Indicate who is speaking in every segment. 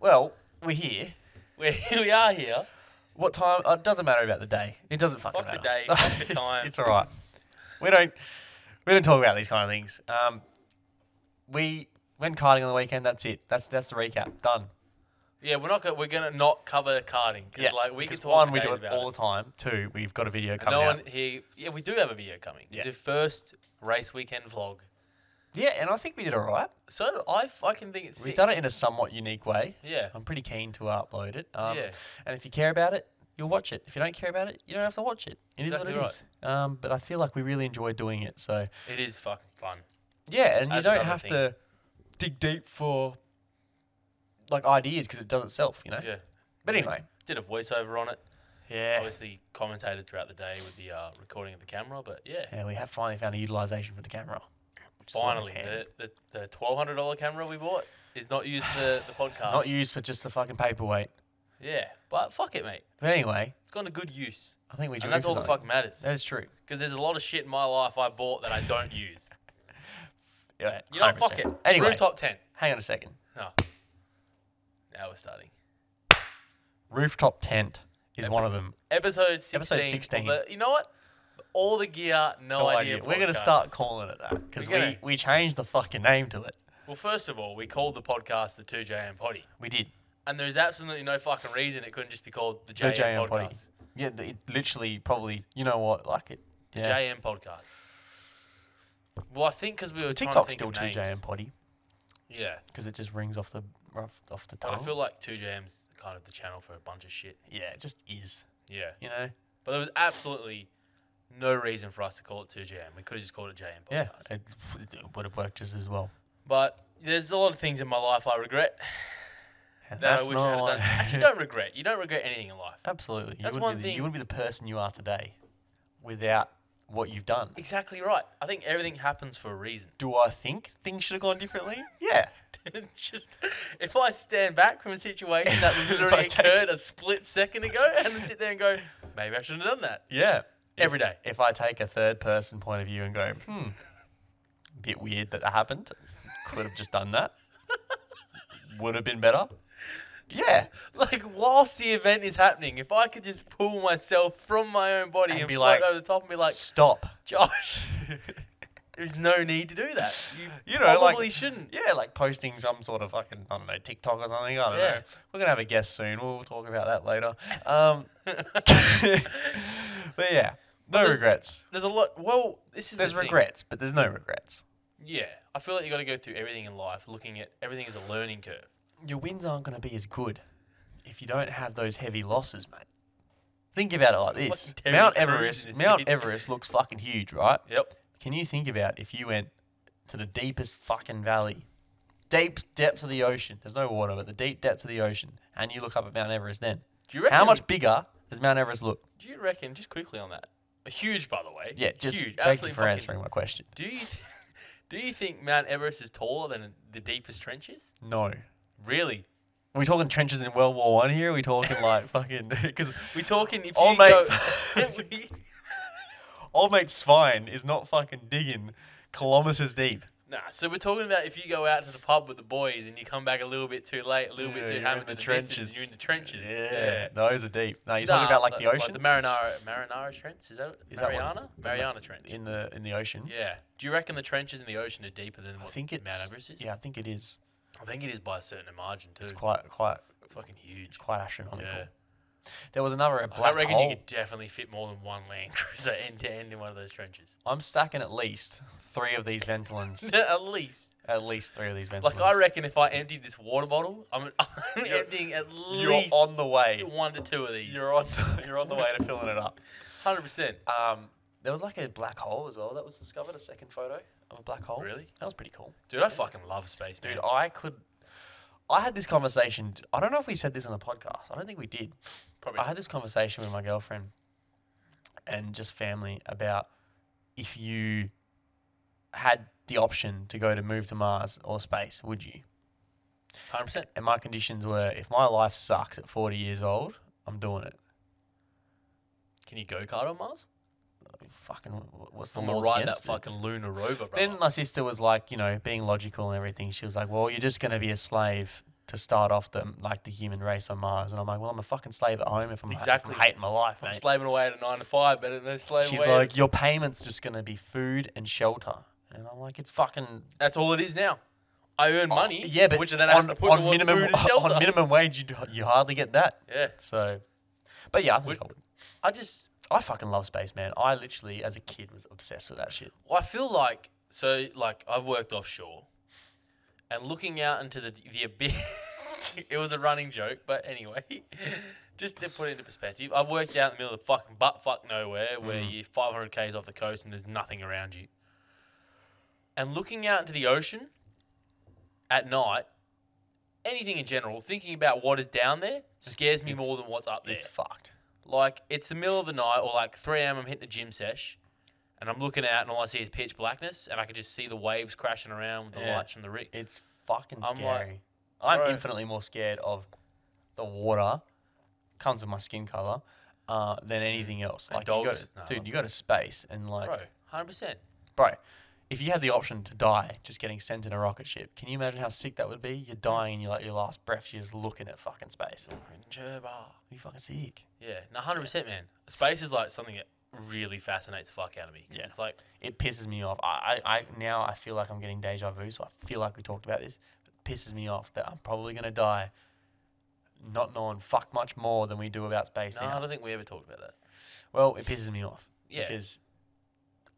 Speaker 1: Well, we're here.
Speaker 2: We're, we are here.
Speaker 1: What time? uh, It doesn't matter about the day. It doesn't fucking
Speaker 2: Fuck the
Speaker 1: matter.
Speaker 2: day, fuck the
Speaker 1: It's-
Speaker 2: time.
Speaker 1: It's, all right. We don't we don't talk about these kind of things. Um, we went karting on the weekend. That's it. That's that's the recap. Done.
Speaker 2: Yeah, we're not. Go- we're gonna not cover karting because like we
Speaker 1: because
Speaker 2: could talk
Speaker 1: one, we
Speaker 2: days
Speaker 1: do it
Speaker 2: about
Speaker 1: all
Speaker 2: it.
Speaker 1: the time. Two, we've got a video
Speaker 2: And
Speaker 1: coming
Speaker 2: No
Speaker 1: out.
Speaker 2: one here. Yeah, we do have a video coming.
Speaker 1: Yeah.
Speaker 2: The first race weekend vlog.
Speaker 1: Yeah, and I think we did all right.
Speaker 2: So I fucking think it's.
Speaker 1: We've
Speaker 2: sick.
Speaker 1: done it in a somewhat unique way.
Speaker 2: Yeah.
Speaker 1: I'm pretty keen to upload it. Um,
Speaker 2: Yeah.
Speaker 1: And if you care about it, you'll watch it. If you don't care about it, you don't have to watch it. It is
Speaker 2: Exactly
Speaker 1: what it
Speaker 2: right.
Speaker 1: is. Um, but I feel like we really enjoy doing it. So
Speaker 2: It is fucking fun.
Speaker 1: yeah, and
Speaker 2: That's
Speaker 1: you don't
Speaker 2: another
Speaker 1: have
Speaker 2: thing.
Speaker 1: to dig deep for like ideas because it does itself, you know.
Speaker 2: Yeah.
Speaker 1: But
Speaker 2: We
Speaker 1: anyway.
Speaker 2: Did a voiceover on it.
Speaker 1: Yeah.
Speaker 2: Obviously commentated throughout the day with the uh, recording of the camera, but yeah.
Speaker 1: Yeah, we have finally found a utilization for the camera. which is always
Speaker 2: Finally,
Speaker 1: handy.
Speaker 2: the, the, the twelve hundred dollar camera we bought is not used for the, the podcast.
Speaker 1: not used for just the fucking paperweight.
Speaker 2: Yeah, but fuck it, mate.
Speaker 1: But anyway,
Speaker 2: It's gone to good use,
Speaker 1: I think we do.
Speaker 2: and that's all that fuck matters.
Speaker 1: That is true.
Speaker 2: Because there's a lot of shit in my life I bought that I don't use.
Speaker 1: Yeah,
Speaker 2: You know, fuck it.
Speaker 1: 100%. Anyway,
Speaker 2: rooftop tent.
Speaker 1: hang on a second.
Speaker 2: No. Now we're starting.
Speaker 1: Rooftop tent is one of
Speaker 2: Epis-
Speaker 1: them.
Speaker 2: Episode sixteen.
Speaker 1: Episode
Speaker 2: of
Speaker 1: 16.
Speaker 2: the- you know what? All the gear, no,
Speaker 1: No
Speaker 2: idea.
Speaker 1: idea. We're going to
Speaker 2: podcast.
Speaker 1: start calling it that because
Speaker 2: We're
Speaker 1: we,
Speaker 2: gonna-
Speaker 1: we changed the fucking name to it.
Speaker 2: Well, first of all, we called the podcast the Two JM Potty,
Speaker 1: We did.
Speaker 2: and there's absolutely no fucking reason it couldn't just be called the
Speaker 1: The
Speaker 2: JM,
Speaker 1: JM
Speaker 2: Podcast.
Speaker 1: Potty. Yeah, th- it literally probably, you know what, like it. Yeah.
Speaker 2: JM Podcast. Well, I think because we were trying to
Speaker 1: TikTok's
Speaker 2: think
Speaker 1: still
Speaker 2: of
Speaker 1: 2JM
Speaker 2: names.
Speaker 1: Potty
Speaker 2: Yeah,
Speaker 1: because it just rings off the rough, off the
Speaker 2: but
Speaker 1: tongue.
Speaker 2: I feel like Two JM's kind of the channel for a bunch of shit.
Speaker 1: yeah, it just is,
Speaker 2: Yeah.
Speaker 1: you know?
Speaker 2: But there was absolutely no reason for us to call it 2JM. We could have just called it JM
Speaker 1: Yeah,
Speaker 2: Podcast.
Speaker 1: it, it would have worked just as well.
Speaker 2: But there's a lot of things in my life I regret
Speaker 1: And
Speaker 2: that I wish I had done. Actually, don't regret. You don't regret anything in life.
Speaker 1: Absolutely.
Speaker 2: That's
Speaker 1: you wouldn't
Speaker 2: one
Speaker 1: be the,
Speaker 2: thing-
Speaker 1: You wouldn't be the person you are today without what you've done.
Speaker 2: Exactly right. I think everything happens for a reason.
Speaker 1: Do I think things should have gone differently? yeah.
Speaker 2: Just- if I stand back from a situation that
Speaker 1: If I
Speaker 2: literally
Speaker 1: take-
Speaker 2: occurred a split second ago and then sit there and go, maybe I shouldn't have done that.
Speaker 1: Yeah.
Speaker 2: Every day.
Speaker 1: If I take a third person point of view and go, hmm, bit weird that that happened. Could have just done that. Would have been better. Yeah.
Speaker 2: Like whilst the event is happening, if I could just pull myself from my own body
Speaker 1: And
Speaker 2: and,
Speaker 1: be
Speaker 2: float
Speaker 1: like,
Speaker 2: over the top and be like,
Speaker 1: stop.
Speaker 2: Josh, there's no need to do that. You,
Speaker 1: You know, like-
Speaker 2: probably shouldn't.
Speaker 1: Yeah, like posting some sort of fucking, I don't know, TikTok or something. I don't
Speaker 2: Yeah.
Speaker 1: know. We're going to have a guest soon. We'll talk about that later. Um, but yeah, no
Speaker 2: there's-
Speaker 1: regrets.
Speaker 2: There's a lot. Well, this is the
Speaker 1: There's
Speaker 2: thing.
Speaker 1: regrets, but there's no regrets.
Speaker 2: Yeah, I feel like you got to go through everything in life, looking at everything as a learning curve.
Speaker 1: Your wins aren't going to be as good if you don't have those heavy losses, mate. Think about it like this:
Speaker 2: Fucking Terry
Speaker 1: Mount
Speaker 2: Crews
Speaker 1: Everest.
Speaker 2: in this
Speaker 1: Mount
Speaker 2: bitch.
Speaker 1: Everest looks fucking huge, right?
Speaker 2: Yep.
Speaker 1: Can you think about if you went to the deepest fucking valley, deep depths of the ocean? There's no water, but the deep depths of the ocean, and you look up at Mount Everest. Then,
Speaker 2: Do you reckon?
Speaker 1: how much bigger does Mount Everest look?
Speaker 2: Do you reckon? Just quickly on that. Huge, by the way.
Speaker 1: Yeah, just
Speaker 2: huge.
Speaker 1: thank you
Speaker 2: absolutely
Speaker 1: for
Speaker 2: fucking-
Speaker 1: answering my question.
Speaker 2: Do you th- do you think Mount Everest is taller than the deepest trenches?
Speaker 1: No.
Speaker 2: Really?
Speaker 1: Are we talking trenches in World War One here? Are we talking like fucking because
Speaker 2: We talking if
Speaker 1: Oh,
Speaker 2: you
Speaker 1: mate.
Speaker 2: go.
Speaker 1: old mate Svine is not fucking digging kilometers deep.
Speaker 2: Nah, so we're talking about if you go out to the pub with the boys and you come back a little bit too late, a little
Speaker 1: Yeah,
Speaker 2: bit too
Speaker 1: you're
Speaker 2: hammered
Speaker 1: in
Speaker 2: to
Speaker 1: the
Speaker 2: the missus,
Speaker 1: trenches.
Speaker 2: You're in the trenches.
Speaker 1: Yeah. Those are deep. No, you're talking
Speaker 2: Nah,
Speaker 1: about like the
Speaker 2: the
Speaker 1: ocean.
Speaker 2: Marinara, Marinara Trench. Is that it?
Speaker 1: Is that what-
Speaker 2: Mariana?
Speaker 1: the Ma-
Speaker 2: Mariana Trench.
Speaker 1: in the in the ocean.
Speaker 2: yeah. Do you reckon the trenches in the ocean are deeper than
Speaker 1: I
Speaker 2: what
Speaker 1: think it's
Speaker 2: Mount Everest is?
Speaker 1: Yeah, I think it is.
Speaker 2: I think it is by a certain margin too.
Speaker 1: It's
Speaker 2: It's,
Speaker 1: quite quite
Speaker 2: fucking huge.
Speaker 1: it's quite astronomical.
Speaker 2: Yeah.
Speaker 1: There was another a
Speaker 2: I
Speaker 1: black
Speaker 2: reckon
Speaker 1: hole.
Speaker 2: you could definitely fit more than one Land Cruiser end to end in one of those trenches.
Speaker 1: I'm stacking at least three of these Ventolins.
Speaker 2: At least.
Speaker 1: at least three of these Ventolins.
Speaker 2: Like I reckon if I emptied this water bottle, I'm, I'm
Speaker 1: You're-
Speaker 2: emptying at
Speaker 1: you're
Speaker 2: least
Speaker 1: on the way.
Speaker 2: one to two of these.
Speaker 1: You're on you're on the way to filling it up.
Speaker 2: Hundred percent.
Speaker 1: Um, there was like a black hole as well that was discovered. A second photo of a black hole.
Speaker 2: Really?
Speaker 1: That was pretty cool.
Speaker 2: Dude, I fucking love space,
Speaker 1: Dude,
Speaker 2: man.
Speaker 1: I could. I had this conversation. I don't know if we said this on the podcast. I don't think we did.
Speaker 2: Probably.
Speaker 1: I had this conversation with my girlfriend and just family about if you had the option to go to move to Mars or space, would you?
Speaker 2: Hundred percent.
Speaker 1: And my conditions were if my life sucks at 40 years old, I'm doing it.
Speaker 2: Can you go kart on Mars?
Speaker 1: Fucking, wh- what's the
Speaker 2: I'm gonna
Speaker 1: laws
Speaker 2: ride that
Speaker 1: against it?
Speaker 2: fucking lunar rover, bro.
Speaker 1: Then my sister was like, you know, being logical and everything. She was like, well, you're just going to be a slave to start off the like the human race on Mars. And I'm like, well, I'm a fucking slave at home if I'm,
Speaker 2: Exactly.
Speaker 1: if I'm hating my life,
Speaker 2: I'm
Speaker 1: mate.
Speaker 2: slaving away at a nine to five, but no slave
Speaker 1: She's
Speaker 2: away.
Speaker 1: like, your payment's just gonna be food and shelter. And I'm like, it's fucking Oh,
Speaker 2: that's all it is now. I earn money,
Speaker 1: yeah, but
Speaker 2: which then I
Speaker 1: on,
Speaker 2: have to put
Speaker 1: on
Speaker 2: towards
Speaker 1: minimum
Speaker 2: food and shelter.
Speaker 1: on minimum wage, you, d- you hardly get that.
Speaker 2: yeah,
Speaker 1: So, but yeah, I think
Speaker 2: Would-
Speaker 1: I would.
Speaker 2: I just
Speaker 1: I fucking love space, man. I literally, as a kid, was obsessed with that shit.
Speaker 2: I feel like so like I've worked offshore, and looking out into the the abyss. it was a running joke, but anyway, just to put it into perspective, I've worked out in the middle of the fucking butt fuck nowhere where
Speaker 1: Mm.
Speaker 2: you're 500 k's off the coast and there's nothing around you. And looking out into the ocean at night, anything in general, thinking about what is down there scares me
Speaker 1: it's-
Speaker 2: more than what's up there.
Speaker 1: It's fucked.
Speaker 2: Like it's the middle of the night or like 3 a.m. I'm hitting a gym sesh and I'm looking out and all I see is pitch blackness and I can just see the waves crashing around with the
Speaker 1: Yeah.
Speaker 2: lights from the rig.
Speaker 1: It's fucking
Speaker 2: I'm like,
Speaker 1: scary. I'm
Speaker 2: bro.
Speaker 1: infinitely more scared of the water comes with my skin color uh, than anything else.
Speaker 2: Mm. And
Speaker 1: Like you go
Speaker 2: dogs.
Speaker 1: to,
Speaker 2: No,
Speaker 1: dude,
Speaker 2: I
Speaker 1: you go to space and like,
Speaker 2: Bro, 100%.
Speaker 1: bro, if you had the option to die just getting sent in a rocket ship, can you imagine how sick that would be? You're dying and you're like your last breath, you're just looking at fucking space. It'd be fucking sick.
Speaker 2: Yeah, no, hundred percent, man. Space is like something that really fascinates the fuck out of me. 'cause
Speaker 1: Yeah.
Speaker 2: it's like
Speaker 1: it pisses me off. I, I, I now I feel like I'm getting deja vu, so I feel like we talked about this. It pisses me off that I'm probably gonna die, not knowing fuck much more than we do about space
Speaker 2: no, I
Speaker 1: now.
Speaker 2: don't think we ever talked about that.
Speaker 1: Well, it pisses me off
Speaker 2: Yeah.
Speaker 1: because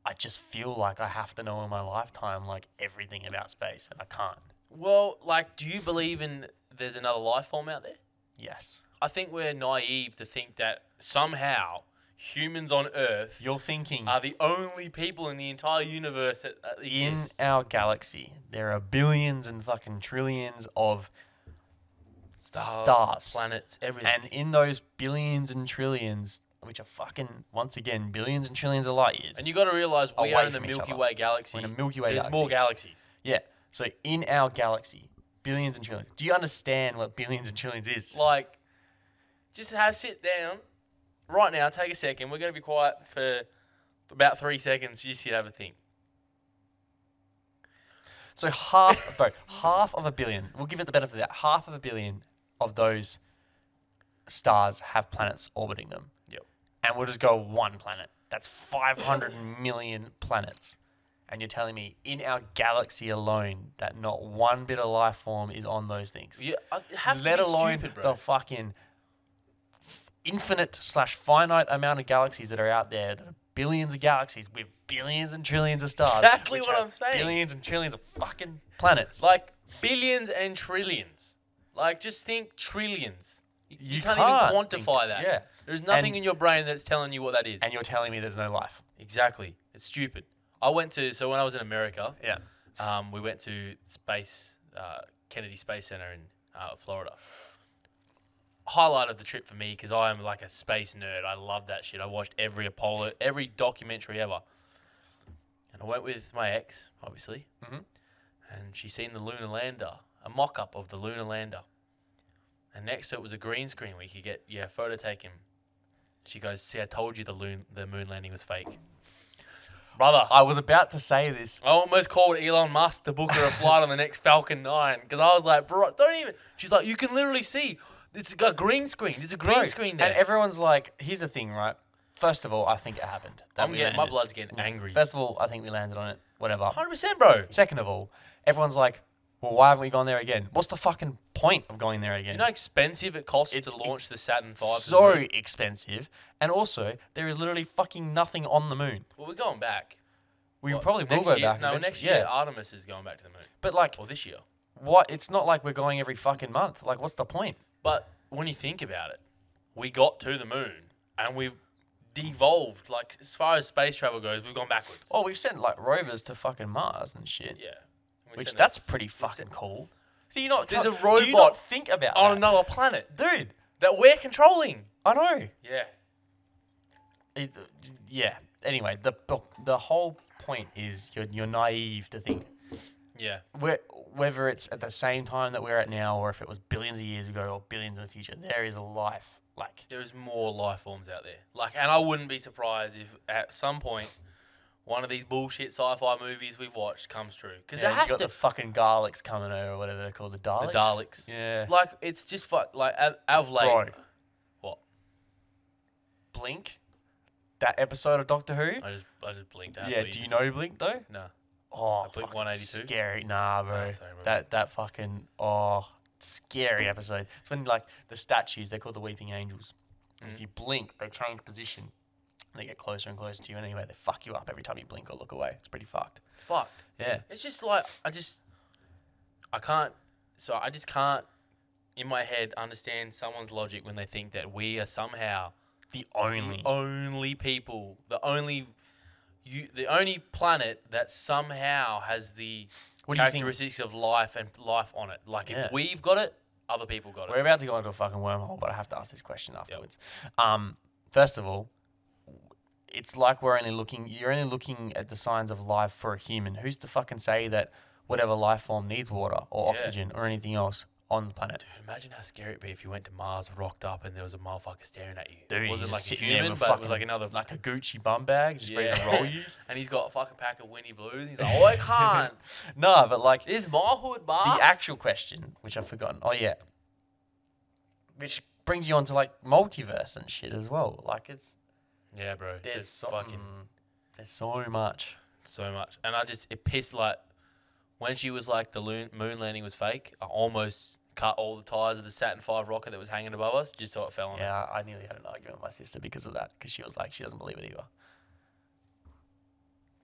Speaker 1: I just feel like I have to know in my lifetime like everything about space, and I can't.
Speaker 2: Well, like, do you believe in there's another life form out there?
Speaker 1: Yes,
Speaker 2: I think we're naive to think that somehow humans on Earth
Speaker 1: you're thinking
Speaker 2: are the only people in the entire universe that uh,
Speaker 1: in
Speaker 2: exist.
Speaker 1: our galaxy there are billions and fucking trillions of stars.
Speaker 2: planets, everything.
Speaker 1: And in those billions and trillions, which are fucking once again billions and trillions of light years.
Speaker 2: And you got to realize we
Speaker 1: Away
Speaker 2: are in the
Speaker 1: from each
Speaker 2: Milky
Speaker 1: other.
Speaker 2: Way galaxy.
Speaker 1: We're in a Milky Way
Speaker 2: There's more galaxies.
Speaker 1: yeah. So in our galaxy, billions and trillions. Do you understand what billions and trillions is?
Speaker 2: Like, just have sit down right now. Take a second. We're gonna be quiet for about three seconds. You should have a think.
Speaker 1: So half, bro, half of a billion. We'll give it the benefit of that. Half of a billion of those stars have planets orbiting them.
Speaker 2: Yep.
Speaker 1: And we'll just go one planet. That's 500 million planets. And you're telling me in our galaxy alone that not one bit of life form is on those things.
Speaker 2: You I have
Speaker 1: let
Speaker 2: to be
Speaker 1: alone
Speaker 2: stupid, bro.
Speaker 1: the fucking f- infinite slash finite amount of galaxies that are out there. That are billions of galaxies with billions and trillions of stars.
Speaker 2: Exactly
Speaker 1: which
Speaker 2: what
Speaker 1: have
Speaker 2: I'm saying.
Speaker 1: Billions and trillions of fucking planets.
Speaker 2: like billions and trillions. Like, just think trillions. You, you
Speaker 1: You
Speaker 2: can't, even
Speaker 1: can't think
Speaker 2: quantify
Speaker 1: it,
Speaker 2: that.
Speaker 1: yeah.
Speaker 2: There's nothing
Speaker 1: And-
Speaker 2: in your brain that's telling you what that is.
Speaker 1: and you're telling me there's no life.
Speaker 2: exactly. It's stupid. I went to so when I was in America,
Speaker 1: Yeah.
Speaker 2: um, we went to space uh, Kennedy Space Center in uh, Florida. Highlight of the trip for me because I am like a space nerd. I love that shit. I watched every Apollo, every documentary ever. And I went with my ex, obviously,
Speaker 1: Mhm.
Speaker 2: and she seen the lunar lander, a mock-up of the lunar lander. And next to it was a green screen where you could get your photo taken. She goes, "See, I told you the loon, the moon landing was fake, brother."
Speaker 1: I was about to say this.
Speaker 2: I almost called Elon Musk to book her a flight on the next Falcon 9 because I was like, bro, don't even. She's like, you can literally see. It's got a green screen. There's a green
Speaker 1: Bro,
Speaker 2: screen there.
Speaker 1: And everyone's like, here's the thing, right? First of all, I think it happened. that
Speaker 2: I'm
Speaker 1: we
Speaker 2: getting, my
Speaker 1: landed.
Speaker 2: blood's getting angry.
Speaker 1: First of all, I think we landed on it. Whatever.
Speaker 2: 100%, bro.
Speaker 1: Second of all, everyone's like, well, why haven't we gone there again? What's the fucking point of going there again?
Speaker 2: You know how expensive it costs
Speaker 1: It's-
Speaker 2: to launch the Saturn 5? to
Speaker 1: so
Speaker 2: the moon?
Speaker 1: expensive. And also, there is literally fucking nothing on the moon.
Speaker 2: Well, we're going back.
Speaker 1: We
Speaker 2: What,
Speaker 1: probably will
Speaker 2: next
Speaker 1: go
Speaker 2: year?
Speaker 1: back.
Speaker 2: No,
Speaker 1: eventually,
Speaker 2: next year,
Speaker 1: Yeah.
Speaker 2: Artemis is going back to the moon.
Speaker 1: But like,
Speaker 2: Or this year.
Speaker 1: what? It's not like we're going every fucking month. Like, what's the point?
Speaker 2: But when you think about it, we got to the moon and we've devolved. Like, as far as space travel goes, we've gone backwards.
Speaker 1: Oh, we've sent like rovers to fucking Mars and shit.
Speaker 2: yeah. And we
Speaker 1: which
Speaker 2: sent a
Speaker 1: that's
Speaker 2: s-
Speaker 1: pretty
Speaker 2: we
Speaker 1: fucking
Speaker 2: sent-
Speaker 1: cool. Do you not?
Speaker 2: There's a
Speaker 1: Do you not
Speaker 2: robot Oh,
Speaker 1: think about
Speaker 2: on
Speaker 1: that?
Speaker 2: another planet
Speaker 1: dude?
Speaker 2: that we're controlling.
Speaker 1: I know.
Speaker 2: Yeah.
Speaker 1: It, yeah. Anyway, the the whole point is you're you're naive to think
Speaker 2: Yeah.
Speaker 1: whe- whether it's at the same time that we're at now or if it was billions of years ago or billions in the future, there is a life. Like,
Speaker 2: There is more life forms out there. Like, and I wouldn't be surprised if at some point one of these bullshit sci-fi movies we've watched comes true because
Speaker 1: Yeah,
Speaker 2: it
Speaker 1: you
Speaker 2: has
Speaker 1: got
Speaker 2: to.
Speaker 1: the fucking Garlics coming over, or whatever they're called, the Daleks.
Speaker 2: Daleks.
Speaker 1: Yeah.
Speaker 2: like it's just fu- like out of late.
Speaker 1: Bro.
Speaker 2: What?
Speaker 1: Blink. That episode of Doctor Who.
Speaker 2: I just I just blinked out.
Speaker 1: Yeah.
Speaker 2: but
Speaker 1: Do you
Speaker 2: just-
Speaker 1: know Blink though?
Speaker 2: No.
Speaker 1: Oh,
Speaker 2: Blink
Speaker 1: fucking
Speaker 2: 182?
Speaker 1: Scary. Nah, bro.
Speaker 2: sorry, remember.
Speaker 1: that that fucking oh scary episode. It's when like the statues. They're called the Weeping Angels. And
Speaker 2: Mm.
Speaker 1: If you blink, they change position. They get closer and closer to you. And anyway, they fuck you up every time you blink or look away. It's pretty fucked.
Speaker 2: It's fucked.
Speaker 1: Yeah.
Speaker 2: It's just like I just I can't so I just can't in my head understand someone's logic when they think that we are somehow
Speaker 1: The only.
Speaker 2: Oh, only people, the only you the only planet that somehow has the
Speaker 1: What do you think-
Speaker 2: characteristics of life and life on it. Like
Speaker 1: Yeah.
Speaker 2: if we've got it, other people got
Speaker 1: We're
Speaker 2: it.
Speaker 1: about to go into a fucking wormhole, but I have to ask this question afterwards. Um, first of all, it's like we're only looking. You're only looking at the signs of life for a human. Who's to fucking say that whatever life form needs water or
Speaker 2: Yeah.
Speaker 1: oxygen or anything else on the planet?
Speaker 2: Imagine how scary it'd be if you went to Mars, rocked up, and there was a motherfucker staring at you.
Speaker 1: Dude,
Speaker 2: it wasn't
Speaker 1: you're
Speaker 2: like
Speaker 1: just
Speaker 2: a
Speaker 1: sitting there
Speaker 2: human,
Speaker 1: with
Speaker 2: but it was
Speaker 1: fucking-
Speaker 2: like another
Speaker 1: Like a Gucci bum bag, just ready to roll you.
Speaker 2: and he's got a fucking pack of Winnie Blues. And he's like, oh, I can't.
Speaker 1: No, but like
Speaker 2: This is my hood, bar.
Speaker 1: the actual question, which I've forgotten. Oh yeah, which brings you on to like multiverse and shit as well. Like it's
Speaker 2: yeah, bro.
Speaker 1: there's
Speaker 2: just
Speaker 1: so, mm,
Speaker 2: fucking
Speaker 1: there's so much.
Speaker 2: so much, and I just it pissed like when she was like the loon, moon landing was fake. I almost cut all the tires of the Saturn V rocket that was hanging above us just so it fell on. Yeah.
Speaker 1: Yeah, I- I nearly had an argument with my sister because of that, because she was like, she doesn't believe it either.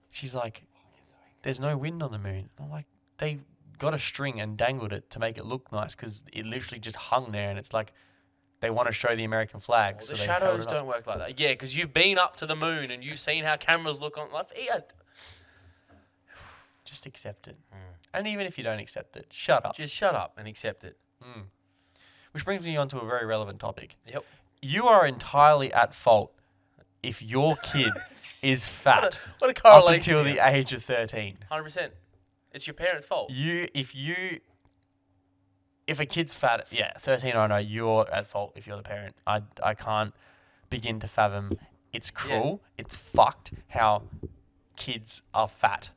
Speaker 1: She's like, there's no wind on the moon. I'm like, they got a string and dangled it to make it look nice because it literally just hung there and it's like they want to show the American flag.
Speaker 2: Well,
Speaker 1: so
Speaker 2: the
Speaker 1: they held
Speaker 2: shadows
Speaker 1: it up.
Speaker 2: don't work like that. Yeah, because you've been up to the moon and you've seen how cameras look on. Like, yeah,
Speaker 1: Just accept it.
Speaker 2: Hmm.
Speaker 1: And even if you don't accept it, shut up.
Speaker 2: just shut up and accept it.
Speaker 1: Which brings me on to a very relevant topic.
Speaker 2: Yep.
Speaker 1: You are entirely at fault if your kid is fat
Speaker 2: What a
Speaker 1: up
Speaker 2: correlation.
Speaker 1: until the age of 13.
Speaker 2: Hundred percent. It's your parents' fault.
Speaker 1: you if you if a kid's fat yeah 13 i know you're at fault if you're the parent i i can't begin to fathom it's cruel it's fucked how kids are fat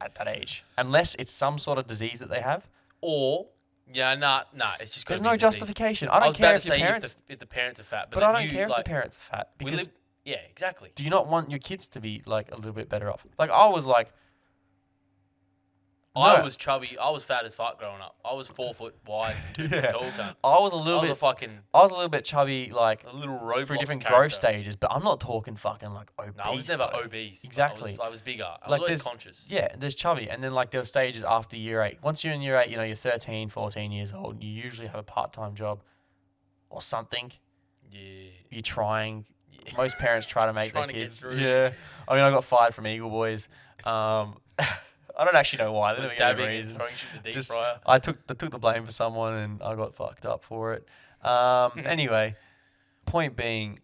Speaker 1: at that age unless it's some sort of disease that they have
Speaker 2: Or yeah, nah, nah. It's just
Speaker 1: there's
Speaker 2: gotta be
Speaker 1: no
Speaker 2: disease.
Speaker 1: justification i don't
Speaker 2: was
Speaker 1: care
Speaker 2: about
Speaker 1: if
Speaker 2: to
Speaker 1: your
Speaker 2: say
Speaker 1: parents
Speaker 2: if the, if the parents are fat, but,
Speaker 1: but i
Speaker 2: then
Speaker 1: don't
Speaker 2: you,
Speaker 1: care
Speaker 2: like,
Speaker 1: if the parents are fat
Speaker 2: we
Speaker 1: because
Speaker 2: live- yeah, exactly.
Speaker 1: do you not want your kids to be like a little bit better off like i was like
Speaker 2: I
Speaker 1: No.
Speaker 2: was chubby. I was fat as fuck growing up. I was four foot wide, two foot
Speaker 1: Yeah.
Speaker 2: tall. cunt.
Speaker 1: i was a
Speaker 2: I
Speaker 1: little
Speaker 2: was a
Speaker 1: bit
Speaker 2: fucking
Speaker 1: I was a little bit chubby like
Speaker 2: a little robot.
Speaker 1: through different
Speaker 2: character.
Speaker 1: growth stages, but I'm not talking fucking like obese.
Speaker 2: No, I was never
Speaker 1: though.
Speaker 2: obese. but I
Speaker 1: Exactly.
Speaker 2: was, I was bigger. I was
Speaker 1: Like
Speaker 2: always
Speaker 1: there's-
Speaker 2: conscious.
Speaker 1: Yeah, there's chubby. And then like there were stages after year eight. Once you're in year eight, you know, you're 13, 14 years old. You usually have a part time job or something.
Speaker 2: Yeah.
Speaker 1: You're trying. Most parents try to make their
Speaker 2: Trying to get
Speaker 1: kids.
Speaker 2: through.
Speaker 1: Yeah. I mean, I got fired from Eagle Boys. Um, I don't actually know why. They
Speaker 2: Was
Speaker 1: never gave me a
Speaker 2: dabbing and
Speaker 1: reason.
Speaker 2: throwing shit in the deep
Speaker 1: Just-
Speaker 2: fryer.
Speaker 1: I took I took the blame for someone and I got fucked up for it. Um, anyway, point being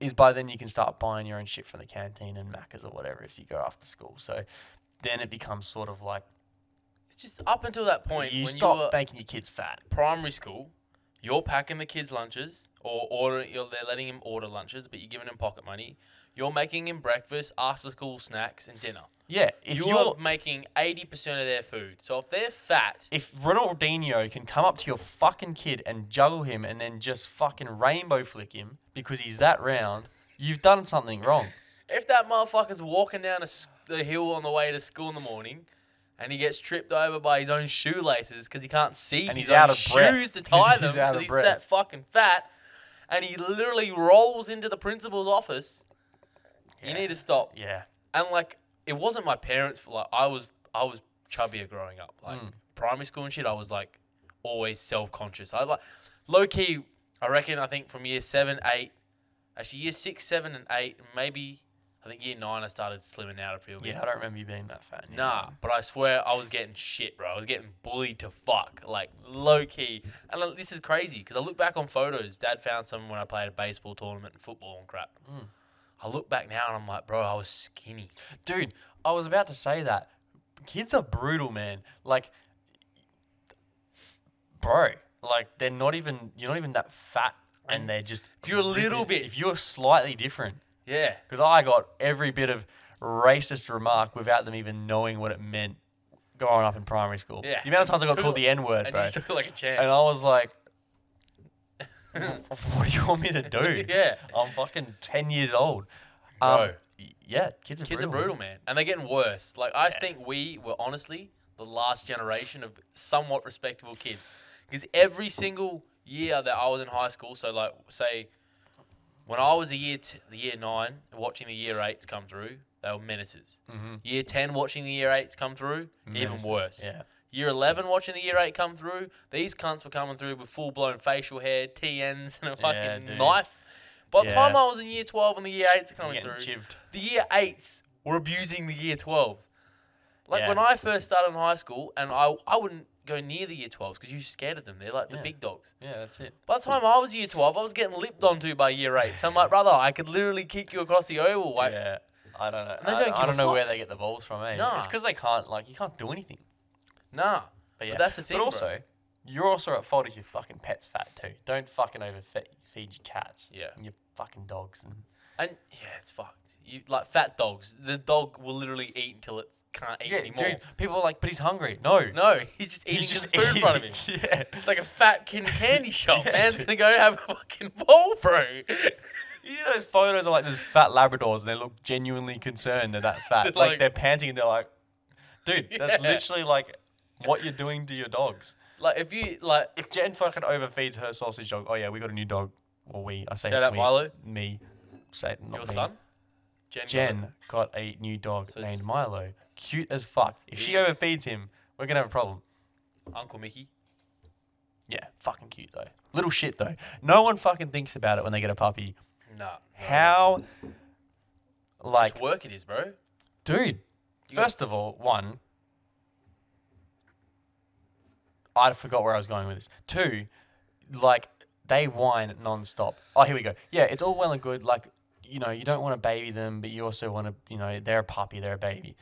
Speaker 1: is by then you can start buying your own shit from the canteen and Macca's or whatever if you go after school. So then it becomes sort of like
Speaker 2: It's just up until that point
Speaker 1: you
Speaker 2: when
Speaker 1: stop
Speaker 2: you were
Speaker 1: making your kids fat.
Speaker 2: primary school, you're packing the kids' lunches or ordering. You're, they're letting him order lunches, but you're giving him pocket money. You're making him breakfast, after school snacks, and dinner.
Speaker 1: Yeah, if
Speaker 2: you're,
Speaker 1: you're,
Speaker 2: making 80% of their food. So if they're fat,
Speaker 1: if Ronaldinho can come up to your fucking kid and juggle him and then just fucking rainbow flick him because he's that round, you've done something wrong.
Speaker 2: if that motherfucker's walking down a s the hill on the way to school in the morning and he gets tripped over by his own shoelaces because he can't see
Speaker 1: And
Speaker 2: his
Speaker 1: he's out
Speaker 2: own
Speaker 1: of
Speaker 2: shoes
Speaker 1: breath.
Speaker 2: to tie
Speaker 1: He's-
Speaker 2: them
Speaker 1: he's out
Speaker 2: because
Speaker 1: of
Speaker 2: he's
Speaker 1: breath.
Speaker 2: that fucking fat and he literally rolls into the principal's office,
Speaker 1: Yeah.
Speaker 2: you need to stop.
Speaker 1: Yeah.
Speaker 2: And like, it wasn't my parents. Like, I was, I was chubbier growing up. Like primary school and shit, I was like always self conscious. I like low key. I reckon. I think from year seven, eight, actually year six, seven, and eight, maybe I think year nine, I started slimming out a little bit.
Speaker 1: Yeah, I don't remember you being that fat.
Speaker 2: Nah, but I swear I was getting shit, bro. I was getting bullied to fuck, like low key. And like, this is crazy because I look back on photos. Dad found some when I played a baseball tournament and football and crap. I look back now and I'm like, bro, I was skinny.
Speaker 1: Dude, I was about to say that. Kids are brutal, man. Like, bro, like they're not even you're not even that fat, and they're just
Speaker 2: If you're a little
Speaker 1: ripping-
Speaker 2: bit-
Speaker 1: If you're slightly different,
Speaker 2: Yeah.
Speaker 1: because I got every bit of racist remark without them even knowing what it meant growing up in primary school.
Speaker 2: Yeah.
Speaker 1: The amount of times I got
Speaker 2: Took
Speaker 1: called
Speaker 2: a-
Speaker 1: the N word,
Speaker 2: and
Speaker 1: bro.
Speaker 2: you just took it like a champ.
Speaker 1: And I was like, what do you want me to do?
Speaker 2: Yeah.
Speaker 1: I'm fucking 10 years old. Um,
Speaker 2: Bro.
Speaker 1: y- yeah, kids are
Speaker 2: Kids
Speaker 1: brutal.
Speaker 2: are brutal, man, and they're getting worse. Like I
Speaker 1: Yeah.
Speaker 2: think we were honestly the last generation of somewhat respectable kids, because every single year that I was in high school, so like say when I was a year t- the year nine watching the year eights come through, they were menaces.
Speaker 1: Mhm.
Speaker 2: Year ten watching the year eights come through,
Speaker 1: Menaces,
Speaker 2: even worse.
Speaker 1: yeah.
Speaker 2: Year eleven watching the year eight come through, these cunts were coming through with full blown facial hair, TNs, and
Speaker 1: Yeah,
Speaker 2: a fucking
Speaker 1: dude.
Speaker 2: knife. By the
Speaker 1: Yeah.
Speaker 2: time I was in year twelve and the year eights are coming
Speaker 1: Getting
Speaker 2: through,
Speaker 1: chivved.
Speaker 2: the year eights were abusing the year twelves. Like
Speaker 1: Yeah.
Speaker 2: when I first started in high school, and I I wouldn't go near the year twelves because you're scared of them. They're like
Speaker 1: Yeah.
Speaker 2: the big dogs.
Speaker 1: Yeah, that's it.
Speaker 2: By the time I was year twelve, I was getting lipped onto by year eight. So I'm like, brother, I could literally kick you across the oval. Like,
Speaker 1: yeah. I don't know.
Speaker 2: they
Speaker 1: I,
Speaker 2: don't
Speaker 1: I
Speaker 2: give a
Speaker 1: don't know where
Speaker 2: fuck.
Speaker 1: they get the balls from, eh?
Speaker 2: Nah.
Speaker 1: It's because they can't, like, you can't do anything.
Speaker 2: Nah.
Speaker 1: But yeah,
Speaker 2: that's the thing,
Speaker 1: But
Speaker 2: bro.
Speaker 1: also, you're also at fault if your fucking pet's fat too. Don't fucking overfeed feed your cats.
Speaker 2: Yeah.
Speaker 1: And your fucking dogs and
Speaker 2: And yeah, it's fucked. You like fat dogs. The dog will literally eat until it can't eat anymore.
Speaker 1: people are like, but he's hungry. No,
Speaker 2: No, he's just eating
Speaker 1: he's
Speaker 2: his food in front of him.
Speaker 1: eating- yeah,
Speaker 2: It's like a fat kid candy shop.
Speaker 1: Yeah,
Speaker 2: Man's
Speaker 1: dude.
Speaker 2: gonna go have a fucking ball, bro.
Speaker 1: you know those photos of like those fat Labradors and they look genuinely concerned they're that fat.
Speaker 2: Like-
Speaker 1: like, they're panting and they're like, dude, that's
Speaker 2: Yeah.
Speaker 1: literally like what you're doing to your dogs.
Speaker 2: Like if you like
Speaker 1: If Jen fucking overfeeds her sausage dog, oh yeah, we got a new dog. Or we, I say
Speaker 2: Shout out
Speaker 1: we,
Speaker 2: Milo.
Speaker 1: Me, say not
Speaker 2: your
Speaker 1: me.
Speaker 2: son, Jen.
Speaker 1: Jen got a new dog
Speaker 2: So
Speaker 1: named
Speaker 2: s-
Speaker 1: Milo. Cute as fuck. If she
Speaker 2: He is.
Speaker 1: overfeeds him, we're gonna have a problem.
Speaker 2: Uncle Mickey.
Speaker 1: Yeah, fucking cute though. Little shit though. No one fucking thinks about it when they get a puppy.
Speaker 2: Nah.
Speaker 1: How,
Speaker 2: much
Speaker 1: like,
Speaker 2: work it is, bro.
Speaker 1: dude?
Speaker 2: You got-
Speaker 1: First of all, one, I forgot where I was going with this. Two, like, they whine nonstop. Oh, here we go. Yeah, it's all well and good. Like, you know, you don't want to baby them, but you also want to, you know, they're a puppy, they're a baby.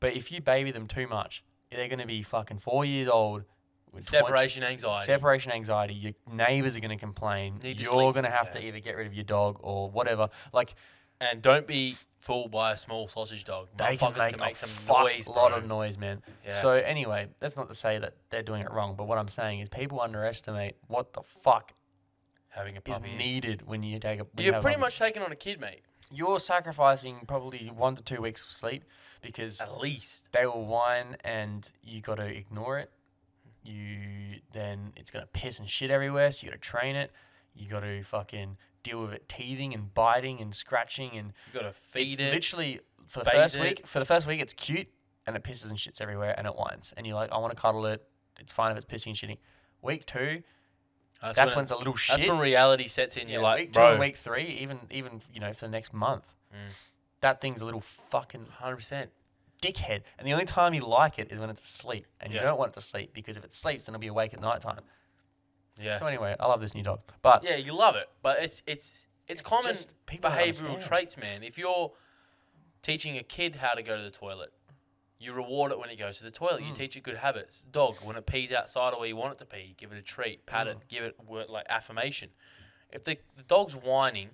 Speaker 1: But if you baby them too much, they're going to be fucking four years old. with twen-
Speaker 2: Separation anxiety.
Speaker 1: Separation anxiety. Your neighbors are going to complain.
Speaker 2: Need to
Speaker 1: You're
Speaker 2: sleep.
Speaker 1: going to have to
Speaker 2: Yeah.
Speaker 1: either get rid of your dog or whatever. Like,
Speaker 2: and don't be fooled by a small sausage dog.
Speaker 1: they can
Speaker 2: Motherfuckers
Speaker 1: make, a
Speaker 2: some
Speaker 1: fuck
Speaker 2: noise,
Speaker 1: lot
Speaker 2: bro.
Speaker 1: of noise, man.
Speaker 2: Yeah.
Speaker 1: So anyway, that's not to say that they're doing it wrong, but what I'm saying is people underestimate what the fuck
Speaker 2: Having a
Speaker 1: is
Speaker 2: puppy. is-
Speaker 1: needed when you take a. when you
Speaker 2: You're
Speaker 1: have a
Speaker 2: pretty
Speaker 1: puppy.
Speaker 2: much taking on a kid, mate.
Speaker 1: you're sacrificing probably one to two weeks of sleep because
Speaker 2: At least.
Speaker 1: they will whine and you got to ignore it. You then it's gonna piss and shit everywhere, so you got to train it. You got to fucking deal with it teething and biting and scratching and
Speaker 2: You gotta
Speaker 1: it's
Speaker 2: feed it.
Speaker 1: literally for the
Speaker 2: bathe
Speaker 1: first
Speaker 2: it.
Speaker 1: week. For the first week, it's cute and it pisses and shits everywhere and it whines and you're like, I want to cuddle it. It's fine if it's pissing and shitting. Week two, that's, when, it's a little shit.
Speaker 2: That's when reality sets in.
Speaker 1: Yeah,
Speaker 2: You're like,
Speaker 1: week two
Speaker 2: bro, Mm.
Speaker 1: and week three, even even you know for the next month, that thing's a little fucking
Speaker 2: hundred percent.
Speaker 1: dickhead. And the only time you like it is when it's asleep, and you
Speaker 2: Yeah.
Speaker 1: don't want it to sleep because if it sleeps, then it'll be awake at night time.
Speaker 2: Yeah.
Speaker 1: So anyway, I love this new dog, but
Speaker 2: yeah, you love it, but it's it's it's, common
Speaker 1: just people don't
Speaker 2: behavioral
Speaker 1: understand.
Speaker 2: traits, man. If you're teaching a kid how to go to the toilet, you reward it when it goes to the toilet.
Speaker 1: Hmm.
Speaker 2: You teach it good habits. Dog, when it pees outside or where you want it to pee, give it a treat, pat
Speaker 1: Hmm.
Speaker 2: it, give it word, like affirmation. If the, the dog's whining,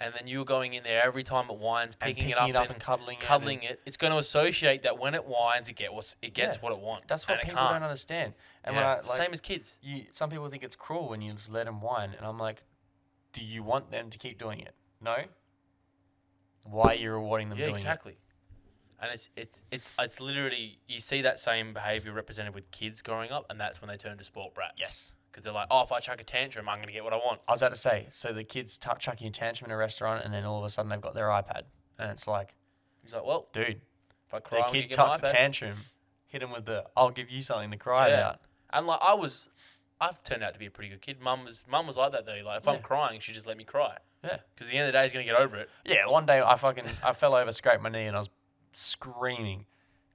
Speaker 2: and then you're going in there every time it whines,
Speaker 1: and
Speaker 2: picking, it up, and,
Speaker 1: and cuddling, it and-
Speaker 2: cuddling it, it's going to associate that when it whines, it get what's it gets
Speaker 1: Yeah.
Speaker 2: what it wants.
Speaker 1: That's what
Speaker 2: and
Speaker 1: people
Speaker 2: it can't.
Speaker 1: don't understand. And when
Speaker 2: Yeah,
Speaker 1: I,
Speaker 2: it's the
Speaker 1: like,
Speaker 2: same as kids.
Speaker 1: you some people think it's cruel when you just let them whine and i'm like do you want them to keep doing it no why are you rewarding them
Speaker 2: yeah,
Speaker 1: doing
Speaker 2: exactly. And it's it's it's it's literally you see that same behavior represented with kids growing up, and that's when they turn to sport brats.
Speaker 1: it yes
Speaker 2: because they're like, oh, if I chuck a tantrum, I'm gonna get what I want.
Speaker 1: i was about to say so the kids t- chucking a tantrum in a restaurant and then all of a sudden they've got their ipad and it's like
Speaker 2: He's like, well,
Speaker 1: dude
Speaker 2: if I cry,
Speaker 1: the
Speaker 2: I'm
Speaker 1: kid
Speaker 2: get my
Speaker 1: chucks a
Speaker 2: iPad.
Speaker 1: tantrum hit him with the i'll give you something to cry
Speaker 2: Yeah.
Speaker 1: about
Speaker 2: And like I was, I've turned out to be a pretty good kid. Mum was mum was like that though. Like if I'm
Speaker 1: Yeah.
Speaker 2: crying, she just let me cry.
Speaker 1: yeah
Speaker 2: Because at the end of the day, he's gonna get over it.
Speaker 1: yeah one day i fucking i fell over scraped my knee and i was screaming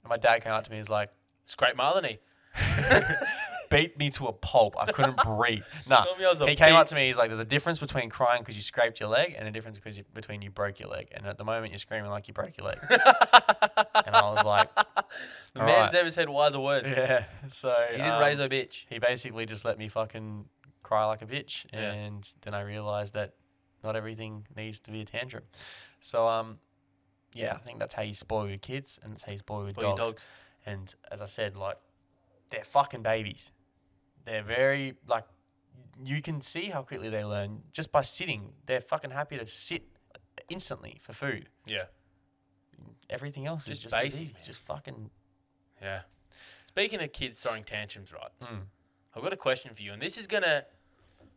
Speaker 1: and my dad came up to me and was like
Speaker 2: Scrape my other knee.
Speaker 1: beat me to a pulp. I couldn't breathe. Nah,
Speaker 2: Told me I was a
Speaker 1: he came up
Speaker 2: bitch.
Speaker 1: to me. He's like, "There's a difference between crying because you scraped your leg, and a difference because you, between you broke your leg. And at the moment, you're screaming like you broke your leg." and I was like,
Speaker 2: The
Speaker 1: All
Speaker 2: man's
Speaker 1: right.
Speaker 2: never said wiser words.
Speaker 1: "Yeah." So
Speaker 2: He didn't
Speaker 1: um,
Speaker 2: raise no bitch.
Speaker 1: He basically just let me fucking cry like a bitch,
Speaker 2: Yeah.
Speaker 1: and then I realized that not everything needs to be a tantrum. So um, yeah, I think that's how you spoil your kids and that's how you spoil your,
Speaker 2: Or
Speaker 1: dogs.
Speaker 2: your dogs.
Speaker 1: And as I said, like they're fucking babies. They're very like you can see how quickly they learn just by sitting. They're fucking happy to sit instantly for food.
Speaker 2: Yeah.
Speaker 1: Everything else is
Speaker 2: Just
Speaker 1: just as
Speaker 2: basic,
Speaker 1: easy.
Speaker 2: man.
Speaker 1: Just fucking
Speaker 2: Yeah. Speaking of kids throwing tantrums, right?
Speaker 1: mm,
Speaker 2: I've got a question for you, and this is gonna,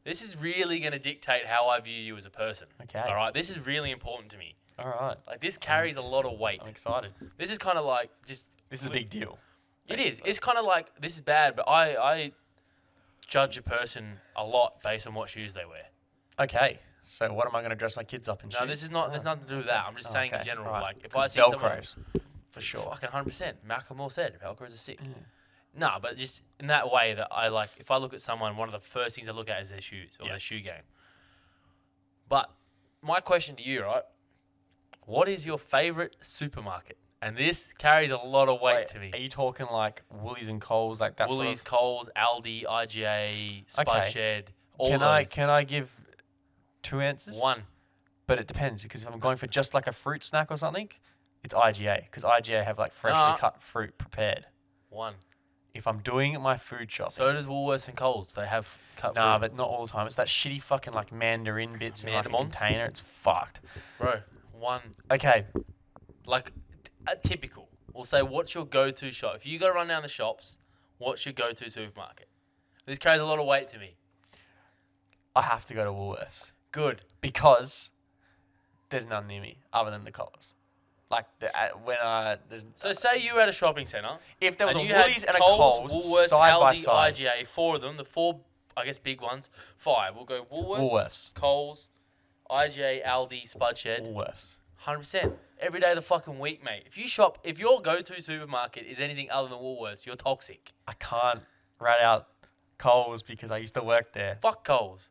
Speaker 2: this is really gonna dictate how I view you as a person.
Speaker 1: okay. Hmm.
Speaker 2: All right. This is really important to me.
Speaker 1: All right.
Speaker 2: Like this carries a lot of weight.
Speaker 1: I'm excited.
Speaker 2: This is kind of like just.
Speaker 1: This is a big deal.
Speaker 2: It is. It's kind of like this is bad, but I I judge a person a lot based on what shoes they wear.
Speaker 1: Okay. So what am I going to dress my kids up in?
Speaker 2: No, this is not.
Speaker 1: Oh.
Speaker 2: There's nothing to do with that. I'm just saying in general. Like if I see someone,
Speaker 1: Velcros, for sure.
Speaker 2: fucking hundred percent. Malcolm Moore said Velcros are sick.
Speaker 1: Yeah.
Speaker 2: No, but just in that way that I like. If I look at someone, one of the first things I look at is their shoes or
Speaker 1: Yeah.
Speaker 2: their shoe game. But my question to you, right? What is your favorite supermarket? And this carries a lot of weight
Speaker 1: Wait,
Speaker 2: to me.
Speaker 1: Are you talking like Woolies and Coles, like that
Speaker 2: Woolies,
Speaker 1: sort
Speaker 2: Coles, Aldi, IGA, Spud
Speaker 1: Okay.
Speaker 2: Shed.
Speaker 1: of?
Speaker 2: All
Speaker 1: can
Speaker 2: those.
Speaker 1: I can I give two answers?
Speaker 2: one?
Speaker 1: but it depends because if I'm going for just like a fruit snack or something, it's IGA because IGA have like freshly
Speaker 2: Nah.
Speaker 1: cut fruit prepared.
Speaker 2: One.
Speaker 1: If I'm doing my food shopping,
Speaker 2: So does Woolworths and Coles. They have cut.
Speaker 1: nah,
Speaker 2: fruit.
Speaker 1: but not all the time. It's that shitty fucking like mandarin bits in like a
Speaker 2: Mandamons?
Speaker 1: container. It's fucked.
Speaker 2: bro, one
Speaker 1: Okay,
Speaker 2: like t- a typical. We'll say, what's your go-to shop? If you go run down the shops, what's your go-to supermarket? This carries a lot of weight to me.
Speaker 1: I have to go to Woolworths.
Speaker 2: Good.
Speaker 1: because there's none near me other than the colours. Like the, uh, when I there's
Speaker 2: So say you were at a shopping centre.
Speaker 1: if Uh, there was a
Speaker 2: and you had
Speaker 1: Woolies and a
Speaker 2: Coles,
Speaker 1: Coles
Speaker 2: Woolworths,
Speaker 1: side
Speaker 2: Aldi,
Speaker 1: by side,
Speaker 2: IGA, four of them, the four, I guess, big ones. Five. We'll go Woolworths,
Speaker 1: Woolworths.
Speaker 2: Coles, IGA, Aldi, Spud Shed.
Speaker 1: Woolworths.
Speaker 2: Hundred percent. Every day of the fucking week, mate. If you shop, if your go-to supermarket is anything other than Woolworths, you're toxic.
Speaker 1: I can't rat out Coles because I used to work there,
Speaker 2: Fuck Coles.